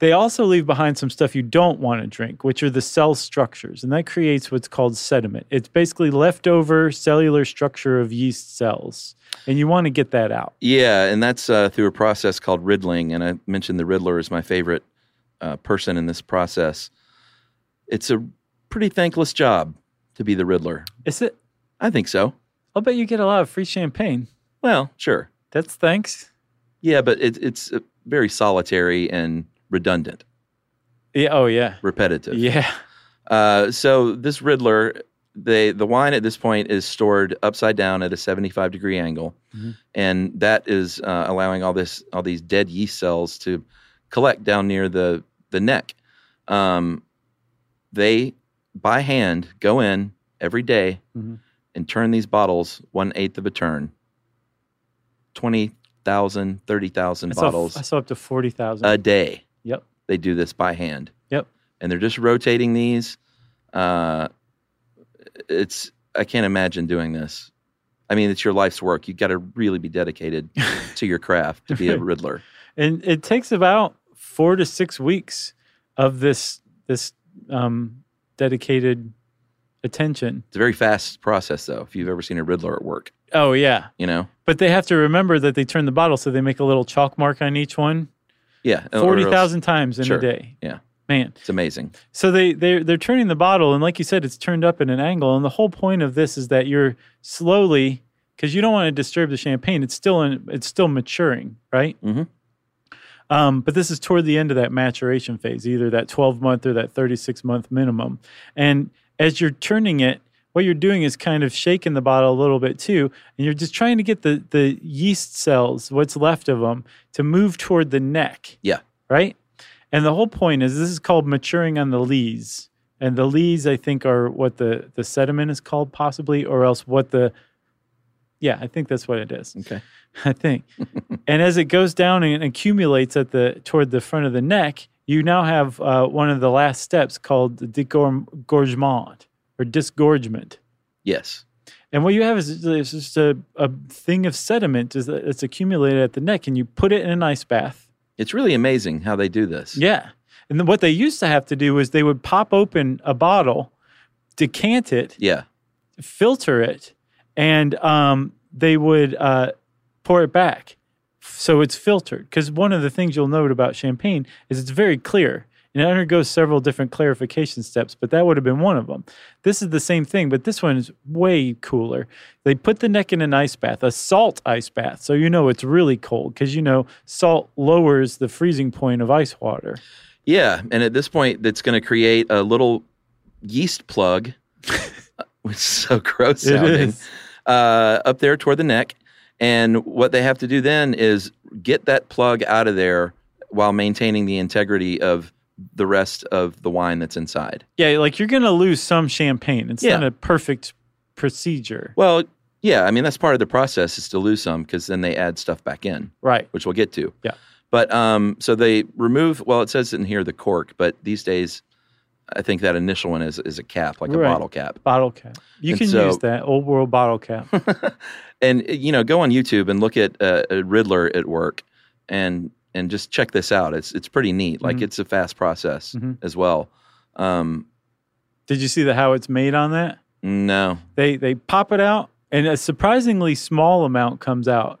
[SPEAKER 1] they also leave behind some stuff you don't want to drink, which are the cell structures, and that creates what's called sediment. It's basically leftover cellular structure of yeast cells, and you want to get that out.
[SPEAKER 3] Yeah, and that's uh, through a process called riddling. And I mentioned the riddler is my favorite uh, person in this process. It's a pretty thankless job to be the riddler.
[SPEAKER 1] Is it?
[SPEAKER 3] I think so.
[SPEAKER 1] I'll bet you get a lot of free champagne.
[SPEAKER 3] Well, sure.
[SPEAKER 1] That's thanks.
[SPEAKER 3] Yeah, but it, it's uh, very solitary and redundant,
[SPEAKER 1] Yeah. Oh, yeah. [laughs]
[SPEAKER 3] repetitive.
[SPEAKER 1] Yeah.
[SPEAKER 3] Uh, so this riddler, they the wine at this point is stored upside down at a seventy-five degree angle. and that is uh, allowing all this all these dead yeast cells to collect down near the the neck. Um, they by hand go in every day
[SPEAKER 1] Mhm.
[SPEAKER 3] and turn these bottles one eighth of a turn. 20,000, 30,000
[SPEAKER 1] I saw,
[SPEAKER 3] bottles Uh,
[SPEAKER 1] I saw up to 40,000.
[SPEAKER 3] a day.
[SPEAKER 1] Yep.
[SPEAKER 3] They do this by hand
[SPEAKER 1] Yep.
[SPEAKER 3] and they're just rotating these. Uh, it's I can't imagine doing this. I mean, it's your life's work. You've got to really
[SPEAKER 1] [laughs]
[SPEAKER 3] be dedicated to your craft to be a riddler.
[SPEAKER 1] And it takes about four to six weeks of this this um, dedicated attention.
[SPEAKER 3] It's a very fast process, though. If you've ever seen a riddler at work,
[SPEAKER 1] Oh, yeah.
[SPEAKER 3] you know,
[SPEAKER 1] But they have to remember that they turn the bottle, so they make a little chalk mark on each one
[SPEAKER 3] yeah, Oh, or- or else-
[SPEAKER 1] 40,000 times in
[SPEAKER 3] Sure.
[SPEAKER 1] a day.
[SPEAKER 3] Yeah,
[SPEAKER 1] Man.
[SPEAKER 3] it's amazing.
[SPEAKER 1] So they they're they're turning the bottle, and like you said, it's turned up at an angle. And the whole point of this is that you're slowly, because you don't want to disturb the champagne. It's still in, it's still maturing, right?
[SPEAKER 3] Mm-hmm.
[SPEAKER 1] Um, but this is toward the end of that maturation phase, either that 12 month or that 36 month minimum. And as you're turning it, what you're doing is kind of shaking the bottle a little bit too, and you're just trying to get the the yeast cells, what's left of them, to move toward the neck,
[SPEAKER 3] Yeah.
[SPEAKER 1] right? And the whole point is this is called maturing on the lees, and the lees I think are what the the sediment is called possibly, or else what the yeah, I think that's what it is.
[SPEAKER 3] Okay.
[SPEAKER 1] [laughs] I think. and as it goes down and accumulates at the toward the front of the neck, you now have uh, one of the last steps called the disgorgement or disgorgement.
[SPEAKER 3] Yes.
[SPEAKER 1] And what you have is it's just a, a thing of sediment is that it's accumulated at the neck, and you put it in an ice bath.
[SPEAKER 3] It's really amazing how they do this.
[SPEAKER 1] Yeah. And then what they used to have to do is they would pop open a bottle, decant it,
[SPEAKER 3] Yeah.
[SPEAKER 1] filter it, and um, they would uh, pour it back. So it's filtered. Because one of the things you'll note about champagne is it's very clear and it undergoes several different clarification steps, but that would have been one of them. This is the same thing, but this one is way cooler. They put the neck in an ice bath, a salt ice bath. So you know it's really cold because you know salt lowers the freezing point of ice water.
[SPEAKER 3] Yeah, and at this point, that's going to create a little
[SPEAKER 1] [laughs]
[SPEAKER 3] yeast plug, which is so gross
[SPEAKER 1] It
[SPEAKER 3] sounding,
[SPEAKER 1] is.
[SPEAKER 3] uh, up there toward the neck. And what they have to do then is get that plug out of there while maintaining the integrity of the rest of the wine that's inside.
[SPEAKER 1] Yeah, like you're going to lose some champagne. It's not
[SPEAKER 3] Yeah.
[SPEAKER 1] a perfect procedure.
[SPEAKER 3] Well, yeah, I mean that's part of the process is to lose some because then they add stuff back in,
[SPEAKER 1] Right.
[SPEAKER 3] which we'll get to.
[SPEAKER 1] Yeah.
[SPEAKER 3] But um, so they remove. Well, it says in here the cork, but these days, I think that initial one is is a cap, like
[SPEAKER 1] Right.
[SPEAKER 3] a bottle cap.
[SPEAKER 1] Bottle cap. You
[SPEAKER 3] And
[SPEAKER 1] can
[SPEAKER 3] so-
[SPEAKER 1] use that old world bottle cap.
[SPEAKER 3] [laughs] and you know go on youtube and look at uh, uh, riddler at work and and just check this out it's it's pretty neat like
[SPEAKER 1] Mhm.
[SPEAKER 3] it's a fast process
[SPEAKER 1] Mhm.
[SPEAKER 3] as well um
[SPEAKER 1] Did you see the how it's made on that?
[SPEAKER 3] no
[SPEAKER 1] They they pop it out, and a surprisingly small amount comes out.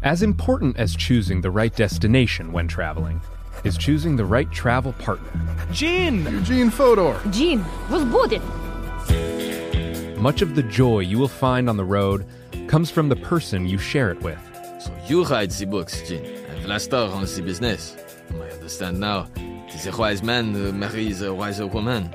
[SPEAKER 6] As important as choosing the right destination when traveling is choosing the right travel partner. Gene! Eugene Fodor!
[SPEAKER 9] Gene, возбудит.
[SPEAKER 6] Much of the joy you will find on the road comes from the person you share it with.
[SPEAKER 10] So you write the books, Jin, and Vlastar runs the business. I understand now. It is a wise man who marries a wiser woman.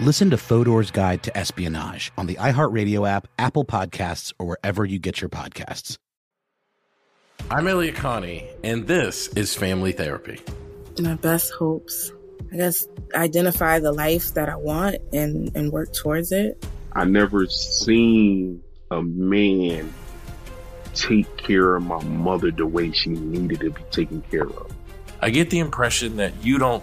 [SPEAKER 11] Listen to Fodor's Guide to Espionage on the iHeartRadio app, Apple Podcasts, or wherever you get your podcasts.
[SPEAKER 12] I'm Elliot Connie, and this is Family Therapy.
[SPEAKER 13] My best hopes. I guess identify the life that I want and, and work towards it.
[SPEAKER 7] I never seen a man take care of my mother the way she needed to be taken care of.
[SPEAKER 12] I get the impression that you don't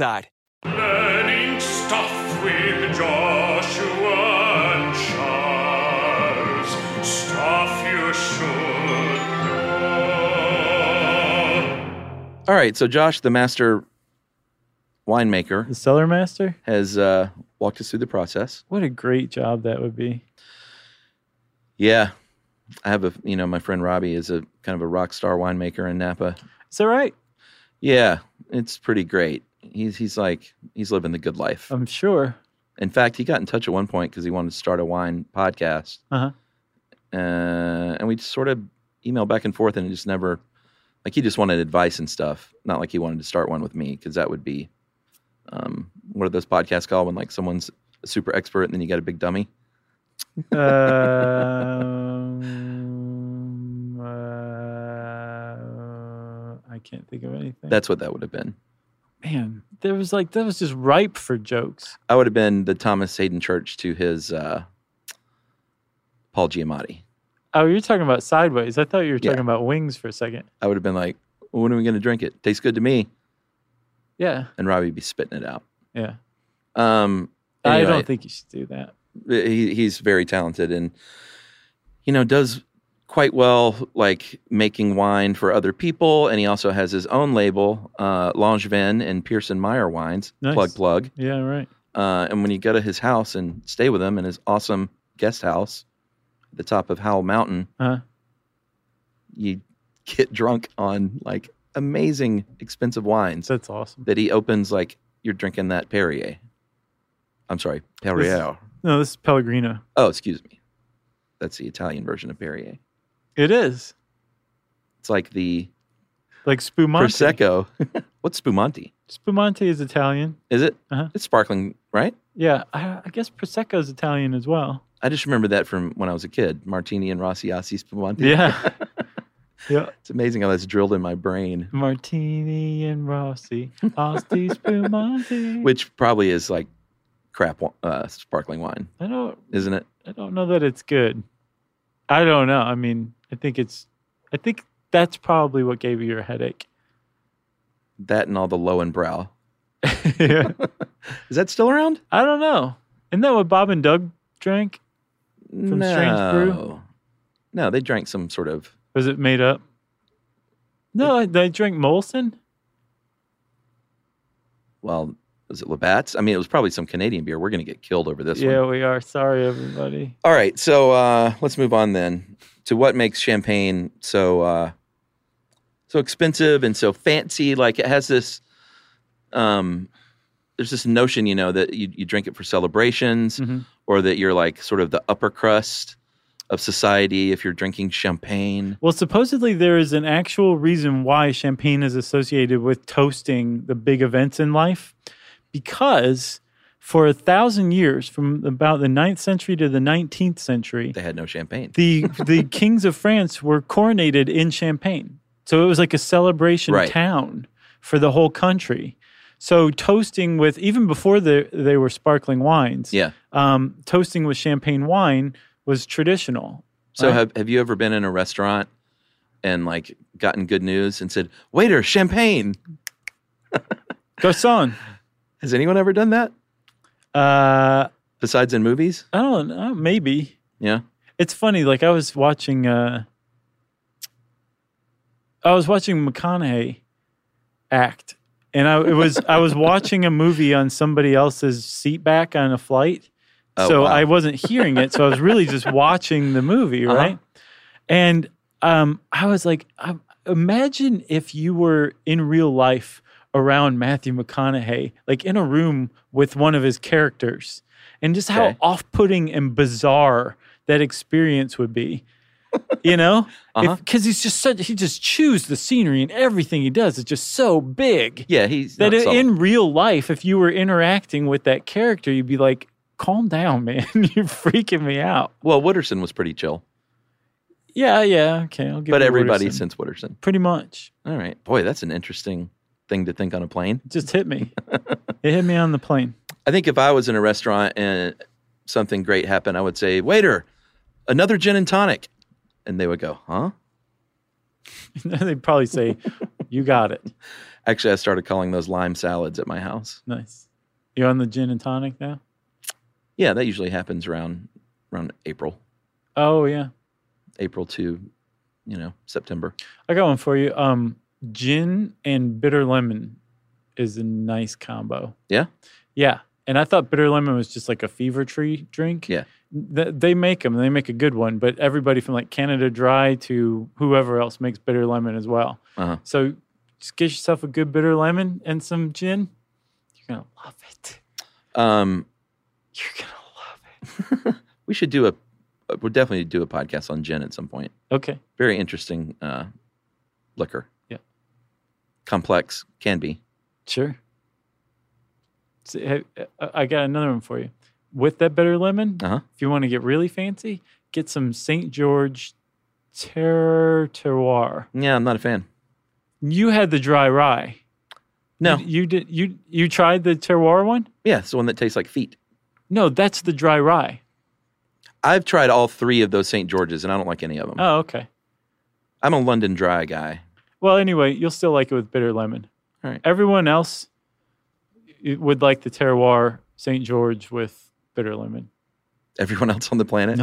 [SPEAKER 14] Learning stuff with Joshua and Charles. Stuff you should know.
[SPEAKER 3] All right, so Josh, the master winemaker, the
[SPEAKER 1] cellar master,
[SPEAKER 3] has uh, walked us through the process.
[SPEAKER 1] What a great job that would be.
[SPEAKER 3] Yeah, I have a you know my friend Robbie is a kind of a rock star winemaker in Napa.
[SPEAKER 1] Is that right?
[SPEAKER 3] Yeah, it's pretty great. He's he's like he's living the good life.
[SPEAKER 1] I'm [laughs] sure.
[SPEAKER 3] In fact, he got in touch at one point because he wanted to start a wine podcast,
[SPEAKER 1] Uh huh.
[SPEAKER 3] uh, and we just sort of emailed back and forth, and it just never like he just wanted advice and stuff. Not like he wanted to start one with me because that would be um, what are those podcasts called when like someone's a super expert and then you got a big dummy.
[SPEAKER 1] um, uh, I can't think of anything.
[SPEAKER 3] That's what that would have been.
[SPEAKER 1] Man, there was like that was just ripe for jokes.
[SPEAKER 3] I would have been the Thomas Hayden Church to his uh, Paul Giamatti.
[SPEAKER 1] Oh, you're talking about sideways. I thought you were talking about wings for a second.
[SPEAKER 3] I would have been like, well, "When are we going to drink it? Tastes good to me."
[SPEAKER 1] Yeah,
[SPEAKER 3] And Robbie would be spitting it out.
[SPEAKER 1] yeah.
[SPEAKER 3] Um,
[SPEAKER 1] I
[SPEAKER 3] anyway,
[SPEAKER 1] don't think you should do that.
[SPEAKER 3] he, he's very talented and you know does quite well like making wine for other people, and he also has his own label, uh, Langevin and Pearson Meyer Wines.
[SPEAKER 1] Nice.
[SPEAKER 3] Plug plug.
[SPEAKER 1] Yeah, right.
[SPEAKER 3] Uh, and when you go to his house and stay with him in his awesome guest house at the top of Howell Mountain,
[SPEAKER 1] Uh-huh.
[SPEAKER 3] you get drunk on like amazing expensive wines.
[SPEAKER 1] That's awesome.
[SPEAKER 3] That he opens like you're drinking that Perrier. I'm sorry, Perrier.
[SPEAKER 1] No, this is Pellegrino.
[SPEAKER 3] Oh, excuse me. That's the Italian version of Perrier.
[SPEAKER 1] It is
[SPEAKER 3] It's like the
[SPEAKER 1] like spumante.
[SPEAKER 3] Prosecco. [laughs] What's Spumante?
[SPEAKER 1] Spumante is Italian.
[SPEAKER 3] Is it?
[SPEAKER 1] Uh-huh.
[SPEAKER 3] It's sparkling, right?
[SPEAKER 1] Yeah, I, I guess prosecco is Italian as well.
[SPEAKER 3] I just remember that from when I was a kid. Martini and Rossiassi Spumante.
[SPEAKER 1] Yeah. yeah.
[SPEAKER 3] It's amazing how that's drilled in my brain,
[SPEAKER 1] Martini and Rossi, Asti Spumante.
[SPEAKER 3] which probably is like crap wi- uh, sparkling wine,
[SPEAKER 1] I don't,
[SPEAKER 3] isn't it?
[SPEAKER 1] I don't know that it's good. I don't know. I mean, I think it's, I think that's probably what gave you your headache.
[SPEAKER 3] That and all the low and brow.
[SPEAKER 1] yeah.
[SPEAKER 3] Is that still around?
[SPEAKER 1] I don't know. Isn't that what Bob and Doug drank? From Strange Brew?
[SPEAKER 3] No. No, they drank some sort of.
[SPEAKER 1] Was it made up? No, I- they drank Molson.
[SPEAKER 3] Well, was it Labatt's? I mean, it was probably some Canadian beer. We're going to get killed over this
[SPEAKER 1] yeah,
[SPEAKER 3] one.
[SPEAKER 1] we are. Sorry, everybody.
[SPEAKER 3] All right, so uh, let's move on then to what makes champagne so uh, so expensive and so fancy. Like it has this, um, there's this notion, you know, that you, you drink it for celebrations, or that you're like sort of the upper crust of society if you're drinking champagne.
[SPEAKER 1] Well, supposedly there is an actual reason why champagne is associated with toasting the big events in life. Because for a thousand years, from about the 9th century to the 19th century,
[SPEAKER 3] They had no champagne.
[SPEAKER 1] the,
[SPEAKER 3] [laughs]
[SPEAKER 1] the kings of France were coronated in Champagne. So it was like a celebration
[SPEAKER 3] Right.
[SPEAKER 1] town for the whole country. So toasting with, even before the, they were sparkling wines,
[SPEAKER 3] Yeah.
[SPEAKER 1] um, toasting with champagne wine was traditional.
[SPEAKER 3] So
[SPEAKER 1] right?
[SPEAKER 3] have have you ever been in a restaurant and like gotten good news and said, "Waiter, champagne"? [laughs]
[SPEAKER 1] Garcon.
[SPEAKER 3] Has anyone ever done that
[SPEAKER 1] Uh,
[SPEAKER 3] besides in movies?
[SPEAKER 1] I don't know. Maybe
[SPEAKER 3] Yeah.
[SPEAKER 1] it's funny. Like I was watching, uh, I was watching McConaughey act, and I it was I was watching a movie on somebody else's seat back on a flight,
[SPEAKER 3] Oh,
[SPEAKER 1] so
[SPEAKER 3] wow.
[SPEAKER 1] I wasn't hearing it. So I was really just watching the movie,
[SPEAKER 3] Uh-huh.
[SPEAKER 1] right? And um, I was like, I, imagine if you were in real life around Matthew McConaughey, like in a room with one of his characters, and just how
[SPEAKER 3] Okay.
[SPEAKER 1] off putting and bizarre that experience would be. you know,
[SPEAKER 3] [laughs] Uh-huh.
[SPEAKER 1] because he's just such he just chews the scenery and everything he does is just so big.
[SPEAKER 3] Yeah, he's
[SPEAKER 1] that
[SPEAKER 3] not
[SPEAKER 1] i-
[SPEAKER 3] subtle.
[SPEAKER 1] in real life, if you were interacting with that character, you'd be like, "Calm down, [laughs] man, you're freaking me out."
[SPEAKER 3] Well, Wooderson was pretty chill,
[SPEAKER 1] Yeah, yeah, okay, I'll give
[SPEAKER 3] but
[SPEAKER 1] you
[SPEAKER 3] everybody
[SPEAKER 1] Wooderson.
[SPEAKER 3] since Wooderson.
[SPEAKER 1] pretty much
[SPEAKER 3] All right, boy, that's an interesting thing to think on a plane.
[SPEAKER 1] just hit
[SPEAKER 3] [laughs]
[SPEAKER 1] me. it hit me on the plane. [laughs]
[SPEAKER 3] I think if I was in a restaurant and something great happened, I would say, "Waiter, another gin and tonic," and they would go, "Huh?"
[SPEAKER 1] They'd probably say, "You got it."
[SPEAKER 3] Actually, I started calling those lime salads at my house.
[SPEAKER 1] Nice. You're on the gin and tonic now.
[SPEAKER 3] Yeah, that usually happens around around April,
[SPEAKER 1] Oh yeah,
[SPEAKER 3] April to you know September.
[SPEAKER 1] I got one for you. Um, gin and bitter lemon is a nice combo.
[SPEAKER 3] Yeah,
[SPEAKER 1] Yeah. And I thought bitter lemon was just like a fever tree drink.
[SPEAKER 3] Yeah.
[SPEAKER 1] Th- they make them. They make a good one, but everybody from like Canada Dry to whoever else makes bitter lemon as well.
[SPEAKER 3] uh-huh.
[SPEAKER 1] So just get yourself a good bitter lemon and some gin. You're going to love it.
[SPEAKER 3] Um,
[SPEAKER 1] You're going to
[SPEAKER 3] we should do a we'll definitely do a podcast on gin at some point.
[SPEAKER 1] Okay.
[SPEAKER 3] Very interesting uh, liquor.
[SPEAKER 1] Yeah.
[SPEAKER 3] Complex can be.
[SPEAKER 1] Sure. So, hey, uh, I I got another one for you. With that bitter lemon,
[SPEAKER 3] Uh huh.
[SPEAKER 1] if you want to get really fancy, get some St. George Terroir. Terroir.
[SPEAKER 3] Yeah, I'm not a fan.
[SPEAKER 1] You had the dry rye.
[SPEAKER 3] No.
[SPEAKER 1] you, you did. You you tried the terroir one?
[SPEAKER 3] Yeah, it's the one that tastes like feet.
[SPEAKER 1] No, that's the dry rye.
[SPEAKER 3] I've tried all three of those St. George's, and I don't like any of them.
[SPEAKER 1] Oh, okay.
[SPEAKER 3] I'm a London Dry guy.
[SPEAKER 1] Well, anyway, you'll still like it with bitter lemon.
[SPEAKER 3] All right.
[SPEAKER 1] Everyone else i- would like the terroir St. George with bitter lemon.
[SPEAKER 3] Everyone else on the planet,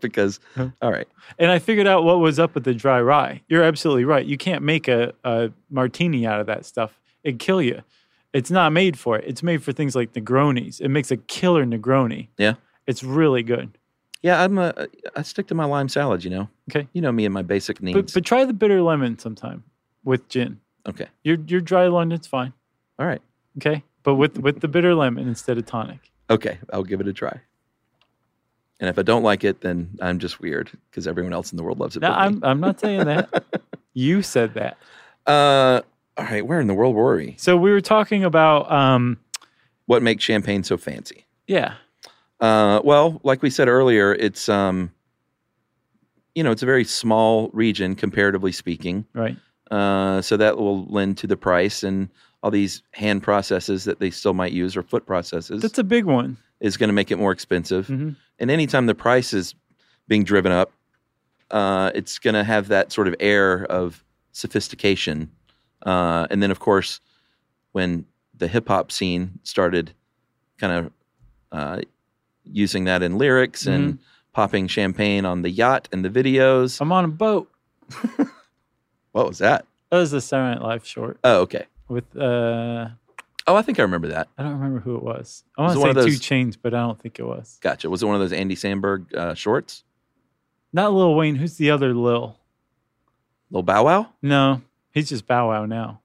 [SPEAKER 3] [laughs] because all right,
[SPEAKER 1] And I figured out what was up with the dry rye. You're absolutely right. You can't make a, a martini out of that stuff. It'd kill you. It's not made for it. It's made for things like Negronis. It makes a killer Negroni.
[SPEAKER 3] yeah,
[SPEAKER 1] It's really good.
[SPEAKER 3] yeah. I'm a. I stick to my lime salad. You know.
[SPEAKER 1] Okay.
[SPEAKER 3] You know me and my basic needs.
[SPEAKER 1] But, but try the bitter lemon sometime with gin.
[SPEAKER 3] okay.
[SPEAKER 1] Your your dry London's fine.
[SPEAKER 3] All right.
[SPEAKER 1] Okay. But with with the bitter lemon instead of tonic.
[SPEAKER 3] Okay. I'll give it a try. And if I don't like it, then I'm just weird because everyone else in the world loves it.
[SPEAKER 1] No,
[SPEAKER 3] but me.
[SPEAKER 1] I'm I'm not saying
[SPEAKER 3] [laughs]
[SPEAKER 1] that. you said that.
[SPEAKER 3] Uh, all right. Where in the world were we?
[SPEAKER 1] So we were talking about um
[SPEAKER 3] What makes champagne so fancy?
[SPEAKER 1] yeah.
[SPEAKER 3] Uh, well, like we said earlier, it's um, you know, it's a very small region comparatively speaking.
[SPEAKER 1] Right.
[SPEAKER 3] Uh, so that will lend to the price and all these hand processes that they still might use or foot processes
[SPEAKER 1] That's a big one.
[SPEAKER 3] is going to make it more expensive.
[SPEAKER 1] Mhm.
[SPEAKER 3] And anytime the price is being driven up, uh, it's going to have that sort of air of sophistication. Uh, and then, of course, when the hip hop scene started kind of uh, using that in lyrics and
[SPEAKER 1] Mm-hmm.
[SPEAKER 3] popping champagne on the yacht and the videos.
[SPEAKER 1] I'm on a boat.
[SPEAKER 3] What was that?
[SPEAKER 1] That was the Saturday Night Live short
[SPEAKER 3] Oh, okay.
[SPEAKER 1] with uh
[SPEAKER 3] Oh, I think I remember that.
[SPEAKER 1] I don't remember who it was. I want
[SPEAKER 3] Was it one
[SPEAKER 1] to
[SPEAKER 3] of
[SPEAKER 1] say two
[SPEAKER 3] those-
[SPEAKER 1] chains, but I don't think it was.
[SPEAKER 3] Gotcha. Was it one of those Andy Sandberg uh, shorts?
[SPEAKER 1] Not Lil Wayne. Who's the other Lil?
[SPEAKER 3] Little Bow Wow?
[SPEAKER 1] No, he's just Bow Wow now.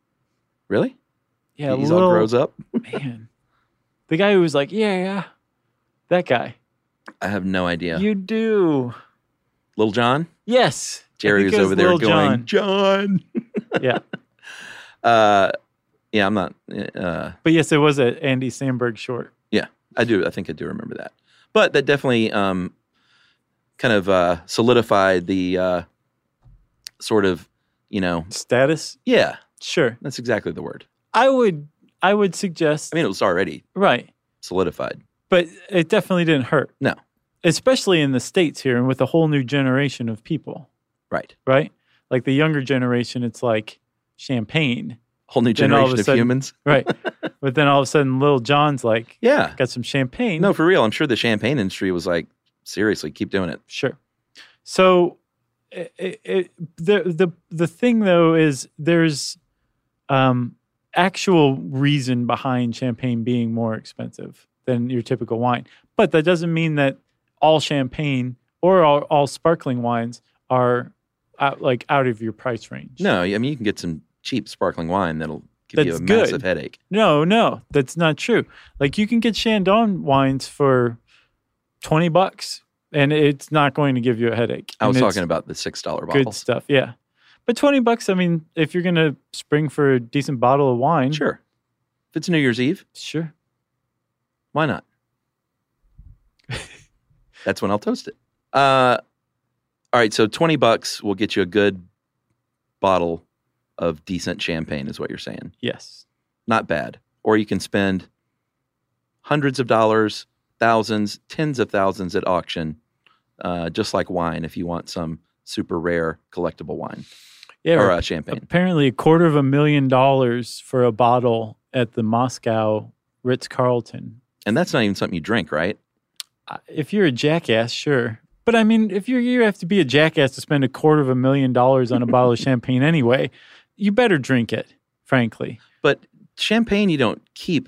[SPEAKER 3] Really?
[SPEAKER 1] Yeah,
[SPEAKER 3] He's
[SPEAKER 1] Lil,
[SPEAKER 3] all grows up.
[SPEAKER 1] [laughs] man. The guy who was like, yeah, yeah, that guy.
[SPEAKER 3] I have no idea.
[SPEAKER 1] You do.
[SPEAKER 3] Little John?
[SPEAKER 1] Yes. I
[SPEAKER 3] Jerry
[SPEAKER 1] think
[SPEAKER 3] was
[SPEAKER 1] it
[SPEAKER 3] over there
[SPEAKER 1] Lil
[SPEAKER 3] going, John.
[SPEAKER 1] [laughs] yeah.
[SPEAKER 3] [laughs] Uh, yeah, I'm not. Uh,
[SPEAKER 1] But yes, it was a Andy Sandberg short.
[SPEAKER 3] yeah, I do. I think I do remember that. But that definitely um, kind of uh, solidified the uh, sort of, you know,
[SPEAKER 1] Status?
[SPEAKER 3] yeah,
[SPEAKER 1] Sure.
[SPEAKER 3] that's exactly the word.
[SPEAKER 1] I would I would suggest
[SPEAKER 3] I mean, it was already
[SPEAKER 1] right.
[SPEAKER 3] solidified.
[SPEAKER 1] But it definitely didn't hurt.
[SPEAKER 3] No,
[SPEAKER 1] Especially in the States here and with a whole new generation of people,
[SPEAKER 3] right.
[SPEAKER 1] right? Like the younger generation, it's like champagne.
[SPEAKER 3] Whole new
[SPEAKER 1] Then all
[SPEAKER 3] generation
[SPEAKER 1] of a
[SPEAKER 3] of,
[SPEAKER 1] sudden-
[SPEAKER 3] humans. [laughs]
[SPEAKER 1] Right. but then all of a sudden Lil John's like
[SPEAKER 3] Yeah.
[SPEAKER 1] got some champagne.
[SPEAKER 3] No, for real. I'm sure the champagne industry was like, seriously, keep doing it.
[SPEAKER 1] Sure. So i i it, the the the thing though is there's um, actual reason behind champagne being more expensive than your typical wine, but that doesn't mean that all champagne or all, all sparkling wines are out, like out of your price range.
[SPEAKER 3] No, I mean, you can get some cheap sparkling wine that'll give you
[SPEAKER 1] That's
[SPEAKER 3] a
[SPEAKER 1] good.
[SPEAKER 3] massive headache.
[SPEAKER 1] No, no, that's not true. Like you can get Chandon wines for twenty bucks and it's not going to give you a headache.
[SPEAKER 3] I was
[SPEAKER 1] And it's
[SPEAKER 3] talking about the six dollar bottle.
[SPEAKER 1] good stuff. Yeah, but twenty bucks. I mean, if you're gonna spring for a decent bottle of wine,
[SPEAKER 3] sure. If it's New Year's Eve,
[SPEAKER 1] sure.
[SPEAKER 3] Why
[SPEAKER 1] [laughs]
[SPEAKER 3] not? That's when I'll toast it. Uh, all right, so twenty bucks will get you a good bottle of decent champagne, is what you're saying.
[SPEAKER 1] Yes.
[SPEAKER 3] Not bad. Or you can spend hundreds of dollars, thousands, tens of thousands at auction, uh, just like wine, if you want some super rare collectible wine or uh, champagne.
[SPEAKER 1] Apparently, a quarter of a million dollars for a bottle at the Moscow Ritz Carlton.
[SPEAKER 3] And that's not even something you drink, right?
[SPEAKER 1] If you're a jackass, sure. But I mean, if you're you have to be a jackass to spend a quarter of a million dollars on a bottle of champagne anyway, you better drink it, frankly.
[SPEAKER 3] But champagne you don't keep,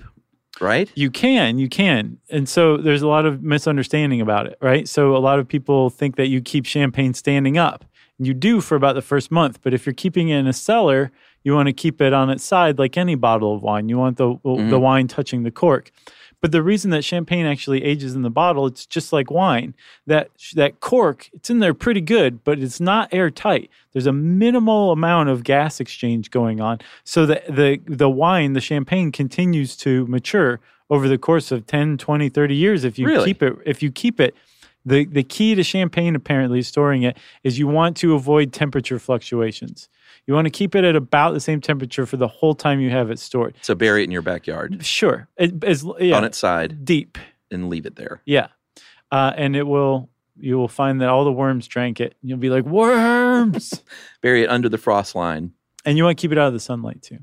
[SPEAKER 3] right?
[SPEAKER 1] You can, you can. And so there's a lot of misunderstanding about it, right? So a lot of people think that you keep champagne standing up. You do for about the first month, but if you're keeping it in a cellar, you want to keep it on its side like any bottle of wine. You want the the
[SPEAKER 3] Mhm.
[SPEAKER 1] wine touching the cork. But the reason that champagne actually ages in the bottle, it's just like wine. That that cork, it's in there pretty good, but it's not airtight. There's a minimal amount of gas exchange going on, so that the the wine, the champagne continues to mature over the course of 10, 20, 30 years if you
[SPEAKER 3] Really?
[SPEAKER 1] keep it if you keep it. The the key to champagne apparently storing it is you want to avoid temperature fluctuations. You want to keep it at about the same temperature for the whole time you have it stored.
[SPEAKER 3] So bury it in your backyard
[SPEAKER 1] Sure. It- as, yeah,
[SPEAKER 3] on its side
[SPEAKER 1] deep
[SPEAKER 3] and leave it there.
[SPEAKER 1] Yeah. Uh, and it will, you will find that all the worms drank it. You'll be like, worms.
[SPEAKER 3] Bury it under the frost line.
[SPEAKER 1] and you want to keep it out of the sunlight too.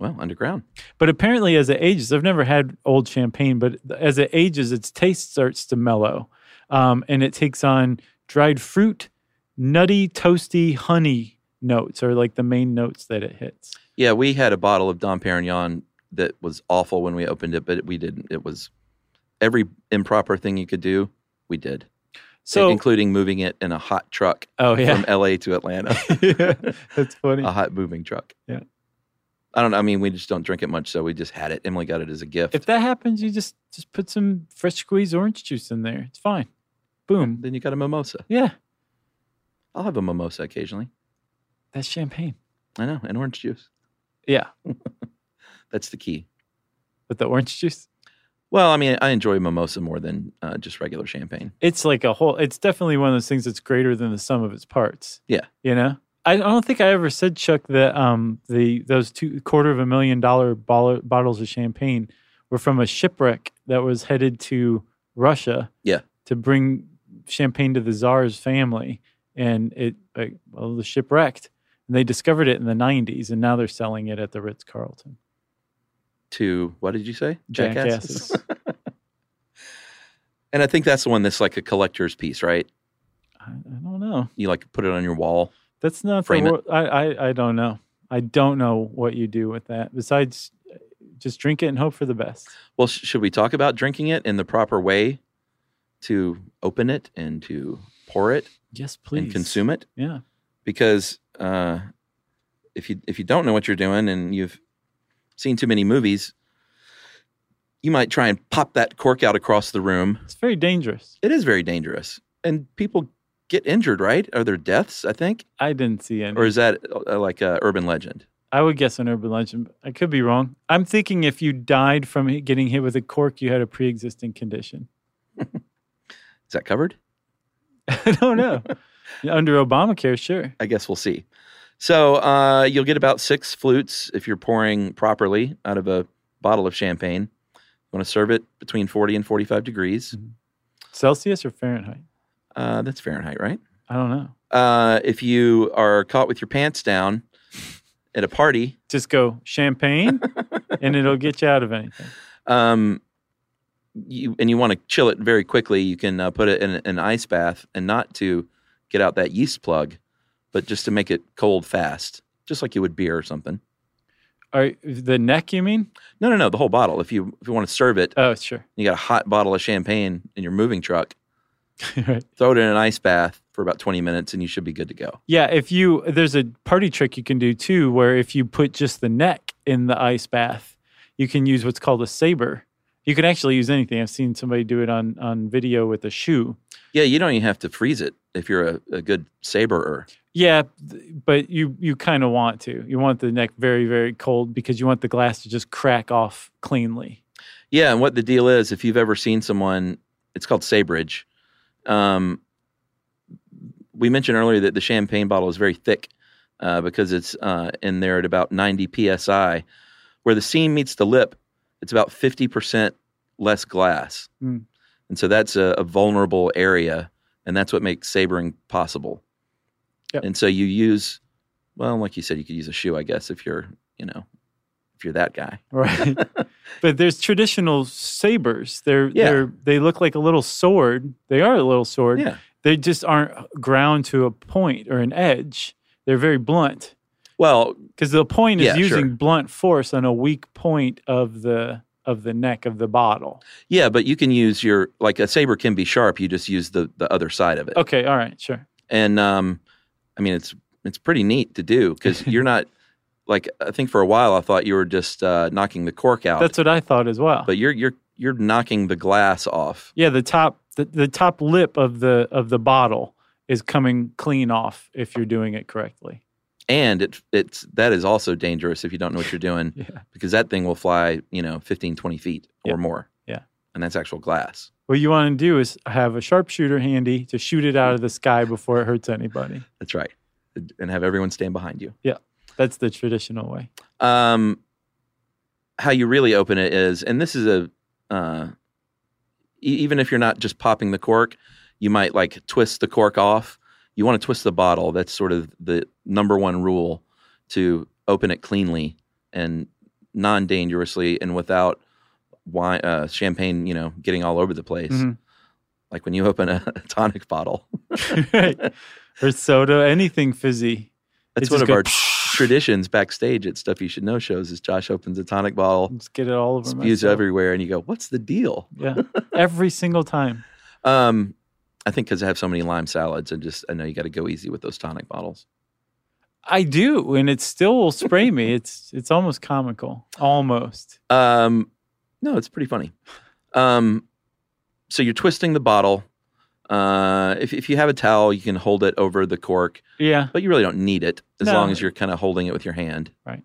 [SPEAKER 3] Well, underground.
[SPEAKER 1] But apparently, as it ages, I've never had old champagne, but as it ages, its taste starts to mellow um, and it takes on dried fruit, nutty, toasty, honey notes are like the main notes that it hits.
[SPEAKER 3] Yeah, we had a bottle of Dom Perignon that was awful when we opened it, but we didn't. It was every improper thing you could do, we did.
[SPEAKER 1] So-
[SPEAKER 3] including moving it in a hot truck
[SPEAKER 1] Oh, yeah. [laughs]
[SPEAKER 3] from Uh-huh. LA to Atlanta.
[SPEAKER 1] That's funny.
[SPEAKER 3] a hot moving truck.
[SPEAKER 1] Yeah.
[SPEAKER 3] I don't know. I mean, we just don't drink it much, so we just had it. Emily got it as a gift.
[SPEAKER 1] If that happens, you just just put some fresh squeezed orange juice in there. It's fine. Boom.
[SPEAKER 3] Then you got a mimosa.
[SPEAKER 1] Yeah,
[SPEAKER 3] I'll have a mimosa occasionally.
[SPEAKER 1] that's champagne.
[SPEAKER 3] I know, and orange juice.
[SPEAKER 1] Yeah,
[SPEAKER 3] That's the key.
[SPEAKER 1] but the orange juice,
[SPEAKER 3] Well, I mean, I enjoy mimosa more than uh, just regular champagne.
[SPEAKER 1] it's like a whole. It's definitely one of those things that's greater than the sum of its parts.
[SPEAKER 3] Yeah.
[SPEAKER 1] You know, I I don't think I ever said Chuck that um the those two quarter of a million dollar bottle, bottles of champagne were from a shipwreck that was headed to Russia.
[SPEAKER 3] Yeah.
[SPEAKER 1] to bring champagne to the czar's family, and it like, well the ship wrecked, and they discovered it in the '90s, and now they're selling it at the Ritz Carlton.
[SPEAKER 3] To what did you say?
[SPEAKER 1] Jackasses.
[SPEAKER 3] [laughs] and I think that's the one that's like a collector's piece, right?
[SPEAKER 1] I don't know.
[SPEAKER 3] You like put it on your wall.
[SPEAKER 1] That's not
[SPEAKER 3] Frame
[SPEAKER 1] the
[SPEAKER 3] it.
[SPEAKER 1] wor- I, I I don't know. I don't know what you do with that besides uh, just drink it and hope for the best.
[SPEAKER 3] Well, sh- should we talk about drinking it in the proper way to open it and to pour it
[SPEAKER 1] Yes, please.
[SPEAKER 3] and consume it?
[SPEAKER 1] Yeah.
[SPEAKER 3] Because uh, if you if you don't know what you're doing and you've seen too many movies, you might try and pop that cork out across the room.
[SPEAKER 1] It's very dangerous.
[SPEAKER 3] It is very dangerous, and people get injured. Right? Are there deaths? I think,
[SPEAKER 1] I didn't see any.
[SPEAKER 3] or is that uh, like a urban legend?
[SPEAKER 1] I would guess an urban legend. I could be wrong. I'm thinking if you died from hit- getting hit with a cork, you had a pre-existing condition. [laughs]
[SPEAKER 3] Is that covered?
[SPEAKER 1] I don't know. [laughs] Under Obamacare, sure.
[SPEAKER 3] [laughs] I guess we'll see. So uh, you'll get about six flutes if you're pouring properly out of a bottle of champagne. You want to serve it between 40 and 45 degrees.
[SPEAKER 1] Mm-hmm. Celsius or Fahrenheit?
[SPEAKER 3] Uh, that's Fahrenheit, right?
[SPEAKER 1] I don't know.
[SPEAKER 3] Uh, if you are caught with your pants down at a party,
[SPEAKER 1] Just go
[SPEAKER 3] [laughs]
[SPEAKER 1] champagne, and it'll get you out of anything.
[SPEAKER 3] um, you, and you want to chill it very quickly, you can uh, put it in an ice bath and not to get out that yeast plug, but just to make it cold fast, just like you would beer or something.
[SPEAKER 1] Are the neck? You mean?
[SPEAKER 3] No, no, no. The whole bottle. If you if you want to serve it,
[SPEAKER 1] Oh, sure. [laughs]
[SPEAKER 3] you got a hot bottle of champagne in your moving truck.
[SPEAKER 1] Right.
[SPEAKER 3] Throw it in an ice bath for about twenty minutes, and you should be good to go.
[SPEAKER 1] Yeah, if you there's a party trick you can do too, where if you put just the neck in the ice bath, you can use what's called a saber. You can actually use anything. I've seen somebody do it on on video with a shoe.
[SPEAKER 3] Yeah, you don't even have to freeze it if you're a, a good saberer.
[SPEAKER 1] Yeah, th- but you you kind of want to. You want the neck very very cold because you want the glass to just crack off cleanly.
[SPEAKER 3] Yeah, and what the deal is, if you've ever seen someone, it's called Sabridge. Um, we mentioned earlier that the champagne bottle is very thick uh, because it's uh, in there at about 90 psi. Where the seam meets the lip, it's about 50% less glass.
[SPEAKER 1] Mm.
[SPEAKER 3] And so that's a, a vulnerable area, and that's what makes sabering possible.
[SPEAKER 1] Yep.
[SPEAKER 3] And so you use, well, like you said, you could use a shoe, I guess, if you're, you know, if you're that guy. [laughs]
[SPEAKER 1] Right. [laughs] but there's traditional sabers. They're
[SPEAKER 3] Yeah.
[SPEAKER 1] they're they look like a little sword. They are a little sword.
[SPEAKER 3] Yeah.
[SPEAKER 1] They just aren't ground to a point or an edge. They're very blunt.
[SPEAKER 3] Well,
[SPEAKER 1] because the point
[SPEAKER 3] yeah,
[SPEAKER 1] is
[SPEAKER 3] sure.
[SPEAKER 1] using blunt force on a weak point of the of the neck of the bottle.
[SPEAKER 3] Yeah, but you can use your like a saber can be sharp. You just use the the other side of it,
[SPEAKER 1] Okay, all right, sure.
[SPEAKER 3] and um, I mean it's it's pretty neat to
[SPEAKER 1] [laughs]
[SPEAKER 3] do because you're not like I think for a while I thought you were just uh, knocking the cork out,
[SPEAKER 1] That's what I thought as well.
[SPEAKER 3] but you're you're you're knocking the glass off.
[SPEAKER 1] Yeah, the top the, the top lip of the of the bottle is coming clean off if you're doing it correctly.
[SPEAKER 3] and it, it's that is also dangerous if you don't know what you're
[SPEAKER 1] [laughs]
[SPEAKER 3] doing because that thing will fly you know 15 20 feet or more
[SPEAKER 1] yeah.
[SPEAKER 3] and that's actual glass
[SPEAKER 1] What you want to do is have a sharpshooter handy to shoot it out of the sky before it hurts anybody.
[SPEAKER 3] that's right and have everyone stand behind you
[SPEAKER 1] Yeah, that's the traditional
[SPEAKER 3] [laughs]
[SPEAKER 1] way. [laughs]
[SPEAKER 3] um how you really open it is and this is a uh e- even if you're not just popping the cork you might like twist the cork off you want to twist the bottle that's sort of the number one rule to open it cleanly and non-dangerously and without wine uh champagne you know getting all over the place
[SPEAKER 1] Mhm.
[SPEAKER 3] like when you open a, [laughs] tonic bottle
[SPEAKER 1] Or soda, anything fizzy.
[SPEAKER 3] that's
[SPEAKER 1] It
[SPEAKER 3] one
[SPEAKER 1] just
[SPEAKER 3] of
[SPEAKER 1] go-
[SPEAKER 3] our traditions backstage at stuff you should know shows is josh opens a tonic bottle
[SPEAKER 1] Just [laughs] get it all over
[SPEAKER 3] spews
[SPEAKER 1] myself.
[SPEAKER 3] everywhere and you go what's the deal
[SPEAKER 1] Yeah, every single time.
[SPEAKER 3] um i think because i have so many lime salads and just i know you got to go easy with those tonic bottles
[SPEAKER 1] I do, and it still will spray
[SPEAKER 3] [laughs]
[SPEAKER 1] me. It's it's almost comical, almost.
[SPEAKER 3] um no it's pretty funny um so you're twisting the bottle uh if, if you have a towel you can hold it over the cork
[SPEAKER 1] Yeah,
[SPEAKER 3] but you really don't need it as
[SPEAKER 1] No.
[SPEAKER 3] long as you're kind of holding it with your hand
[SPEAKER 1] right.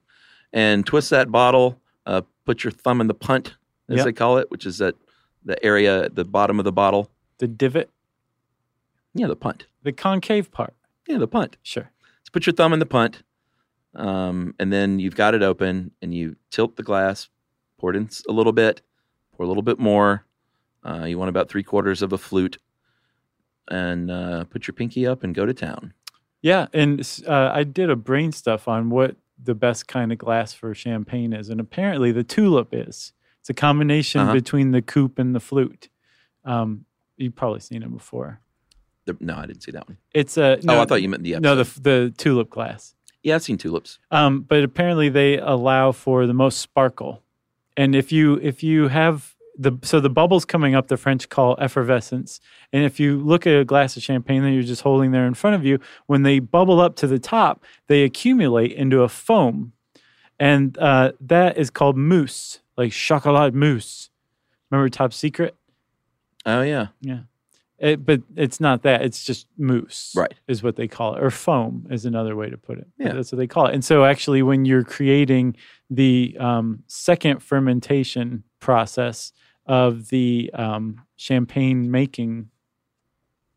[SPEAKER 3] and twist that bottle uh put your thumb in the punt as
[SPEAKER 1] Yep.
[SPEAKER 3] they call it which is that the area at the bottom of the bottle
[SPEAKER 1] the divot
[SPEAKER 3] yeah the punt
[SPEAKER 1] the concave part.
[SPEAKER 3] Yeah, the punt.
[SPEAKER 1] Sure.
[SPEAKER 3] So put your thumb in the punt, um, and then you've got it open, and you tilt the glass, pour it in s- a little bit, pour a little bit more. Uh, you want about three quarters of a flute, and uh, put your pinky up and go to town.
[SPEAKER 1] Yeah, and s- uh, I did a brain stuff on what the best kind of glass for champagne is, and apparently the tulip is. It's a combination
[SPEAKER 3] Uh-huh.
[SPEAKER 1] between the coupe and the flute. Um, you've probably seen it before.
[SPEAKER 3] The- no, I didn't see that one.
[SPEAKER 1] It's a no,
[SPEAKER 3] oh, I thought you meant the episode.
[SPEAKER 1] no the f- the tulip glass.
[SPEAKER 3] yeah, I've seen tulips.
[SPEAKER 1] Um, but apparently they allow for the most sparkle. And if you if you have the so the bubbles coming up, the French call effervescence. And if you look at a glass of champagne that you're just holding there in front of you, when they bubble up to the top, they accumulate into a foam, and uh, that is called mousse, like chocolat mousse. Remember Top Secret?
[SPEAKER 3] Oh yeah,
[SPEAKER 1] Yeah. It, but it's not that. It's just mousse,
[SPEAKER 3] Right.
[SPEAKER 1] Is what they call it, or foam is another way to put it. But
[SPEAKER 3] Yeah.
[SPEAKER 1] that's what they call it. And so, actually, when you're creating the um, second fermentation process of the um, champagne making,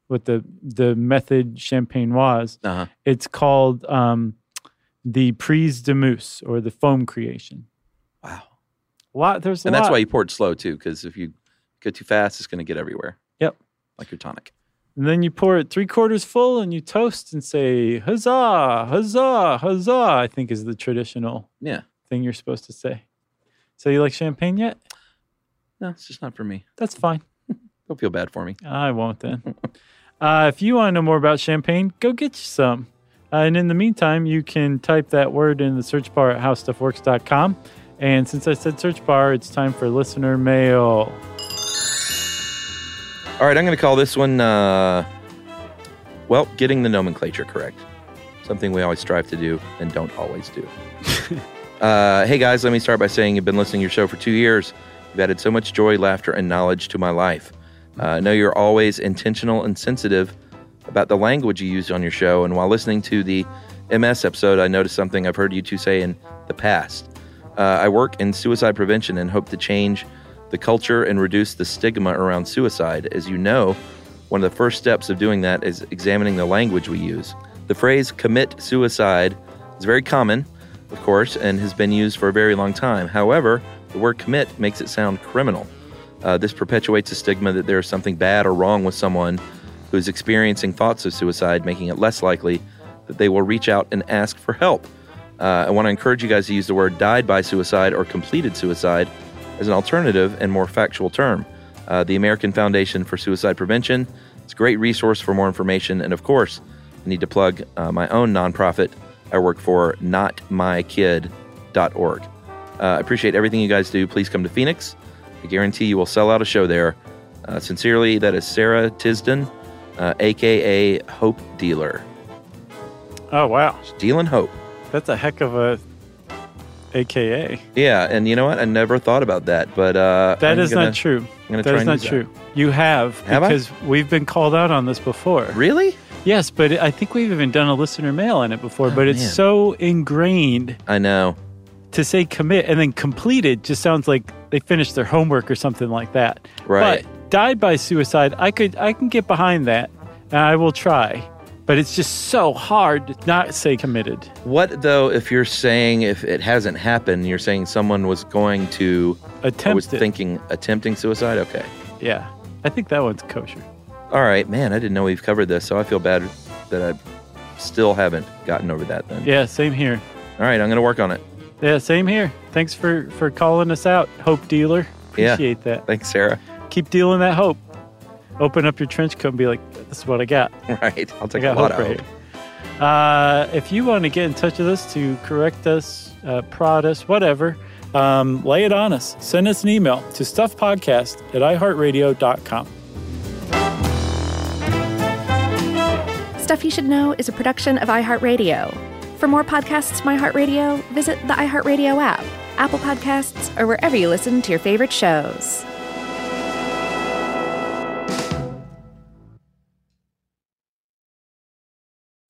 [SPEAKER 1] with the the method champenoise,
[SPEAKER 3] Uh-huh.
[SPEAKER 1] it's called um, the prise de mousse or the foam creation.
[SPEAKER 3] Wow.
[SPEAKER 1] A lot. There's a
[SPEAKER 3] and that's
[SPEAKER 1] lot.
[SPEAKER 3] why you pour it slow too, because if you go too fast, it's going to get everywhere.
[SPEAKER 1] Yep.
[SPEAKER 3] like your tonic.
[SPEAKER 1] And then you pour it three quarters full and you toast and say, huzzah, huzzah, huzzah, I think is the traditional
[SPEAKER 3] Yeah.
[SPEAKER 1] thing you're supposed to say. So you like champagne yet?
[SPEAKER 3] No, it's just not for me.
[SPEAKER 1] That's fine.
[SPEAKER 3] Don't feel bad for me.
[SPEAKER 1] I won't [laughs] then. uh, if you want to know more about champagne, go get you some. Uh, and in the meantime, you can type that word in the search bar at howstuffworks.com. And since I said search bar, it's time for listener mail.
[SPEAKER 3] All right, I'm going to call this one, uh, well, getting the nomenclature correct. Something we always strive to do and don't always do. uh, hey guys, let me start by saying you've been listening to your show for two years. You've added so much joy, laughter, and knowledge to my life. Uh, I know you're always intentional and sensitive about the language you use on your show. And while listening to the MS episode, I noticed something I've heard you two say in the past. Uh, I work in suicide prevention and hope to change the culture and reduce the stigma around suicide. As you know, one of the first steps of doing that is examining the language we use. The phrase commit suicide is very common, of course, and has been used for a very long time. However, the word commit makes it sound criminal. Uh, this perpetuates a stigma that there is something bad or wrong with someone who is experiencing thoughts of suicide, making it less likely that they will reach out and ask for help. Uh, I want to encourage you guys to use the word died by suicide or completed suicide as an alternative and more factual term. Uh, the American Foundation for Suicide Prevention is a great resource for more information. And of course, I need to plug uh, my own nonprofit I work for, notmykid.org. Uh, I appreciate everything you guys do. Please come to Phoenix. I guarantee you will sell out a show there. Uh, sincerely, that is Sarah Tisden, uh, aka Hope Dealer.
[SPEAKER 1] Oh wow,
[SPEAKER 3] dealing hope.
[SPEAKER 1] That's a heck of a AKA.
[SPEAKER 3] Yeah, and you know what? I never thought about that, but uh,
[SPEAKER 1] That
[SPEAKER 3] I'm
[SPEAKER 1] is
[SPEAKER 3] gonna-
[SPEAKER 1] not true.
[SPEAKER 3] I'm gonna
[SPEAKER 1] That
[SPEAKER 3] try
[SPEAKER 1] is
[SPEAKER 3] and
[SPEAKER 1] not
[SPEAKER 3] use that.
[SPEAKER 1] true. You have,
[SPEAKER 3] Have I?
[SPEAKER 1] because we've been called out on this before.
[SPEAKER 3] Really?
[SPEAKER 1] Yes, but I think we've even done a listener mail on it before. but it's
[SPEAKER 3] Oh, man.
[SPEAKER 1] so ingrained.
[SPEAKER 3] I know.
[SPEAKER 1] To say commit and then completed just sounds like they finished their homework or something like that.
[SPEAKER 3] Right.
[SPEAKER 1] But died by suicide, I could I can get behind that, and I will try. But it's just so hard to not say committed.
[SPEAKER 3] What though? If you're saying if it hasn't happened, you're saying someone was going to I was
[SPEAKER 1] Attempt it.
[SPEAKER 3] thinking attempting suicide. Okay.
[SPEAKER 1] Yeah, I think that one's kosher.
[SPEAKER 3] All right, man. I didn't know we've covered this, so I feel bad that I still haven't gotten over that. Then.
[SPEAKER 1] Yeah, same here.
[SPEAKER 3] All right, I'm gonna work on it.
[SPEAKER 1] Yeah, same here. Thanks for for calling us out, Hope Dealer.
[SPEAKER 3] Yeah.
[SPEAKER 1] Appreciate that.
[SPEAKER 3] Thanks, Sarah. [laughs]
[SPEAKER 1] Keep dealing that hope. Open up your trench coat and be like, "This is what I got."
[SPEAKER 3] Right. I'll take
[SPEAKER 1] I
[SPEAKER 3] a
[SPEAKER 1] got
[SPEAKER 3] lot
[SPEAKER 1] hope
[SPEAKER 3] of
[SPEAKER 1] right
[SPEAKER 3] hope.
[SPEAKER 1] here. Uh, if you want to get in touch with us to correct us, uh, prod us, whatever, um, lay it on us. Send us an email to stuffpodcast at iheartradio.com.
[SPEAKER 15] Stuff You Should Know is a production of iHeartRadio. For more podcasts from iHeartRadio, visit the iHeartRadio app, Apple Podcasts, or wherever you listen to your favorite shows.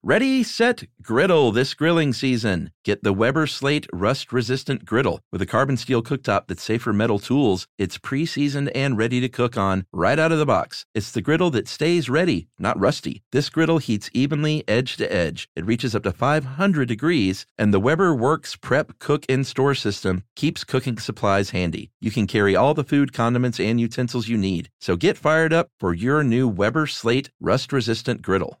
[SPEAKER 3] Ready, set, griddle this grilling season. Get the Weber Slate rust resistant griddle with a carbon steel cooktop that's safe for metal tools. It's pre seasoned and ready to cook on right out of the box. It's the griddle that stays ready, not rusty. This griddle heats evenly edge to edge. It reaches up to 500 degrees, and the Weber Works Prep Cook and Store system keeps cooking supplies handy. You can carry all the food, condiments, and utensils you need. So get fired up for your new Weber Slate rust resistant griddle.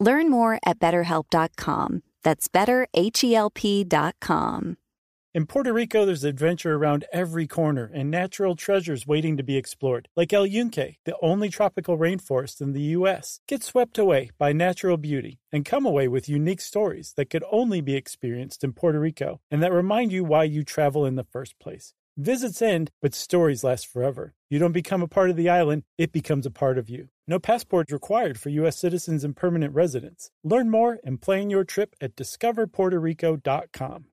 [SPEAKER 16] Learn more at betterhelp.com. That's E betterhelp.com.
[SPEAKER 1] In Puerto Rico, there's adventure around every corner and natural treasures waiting to be explored, like El Yunque, the only tropical rainforest in the U.S. Get swept away by natural beauty and come away with unique stories that could only be experienced in Puerto Rico and that remind you why you travel in the first place. Visits end, but stories last forever. You don't become a part of the island, it becomes a part of you. No passport required for U.S. citizens and permanent residents. Learn more and plan your trip at discoverpuertorico.com.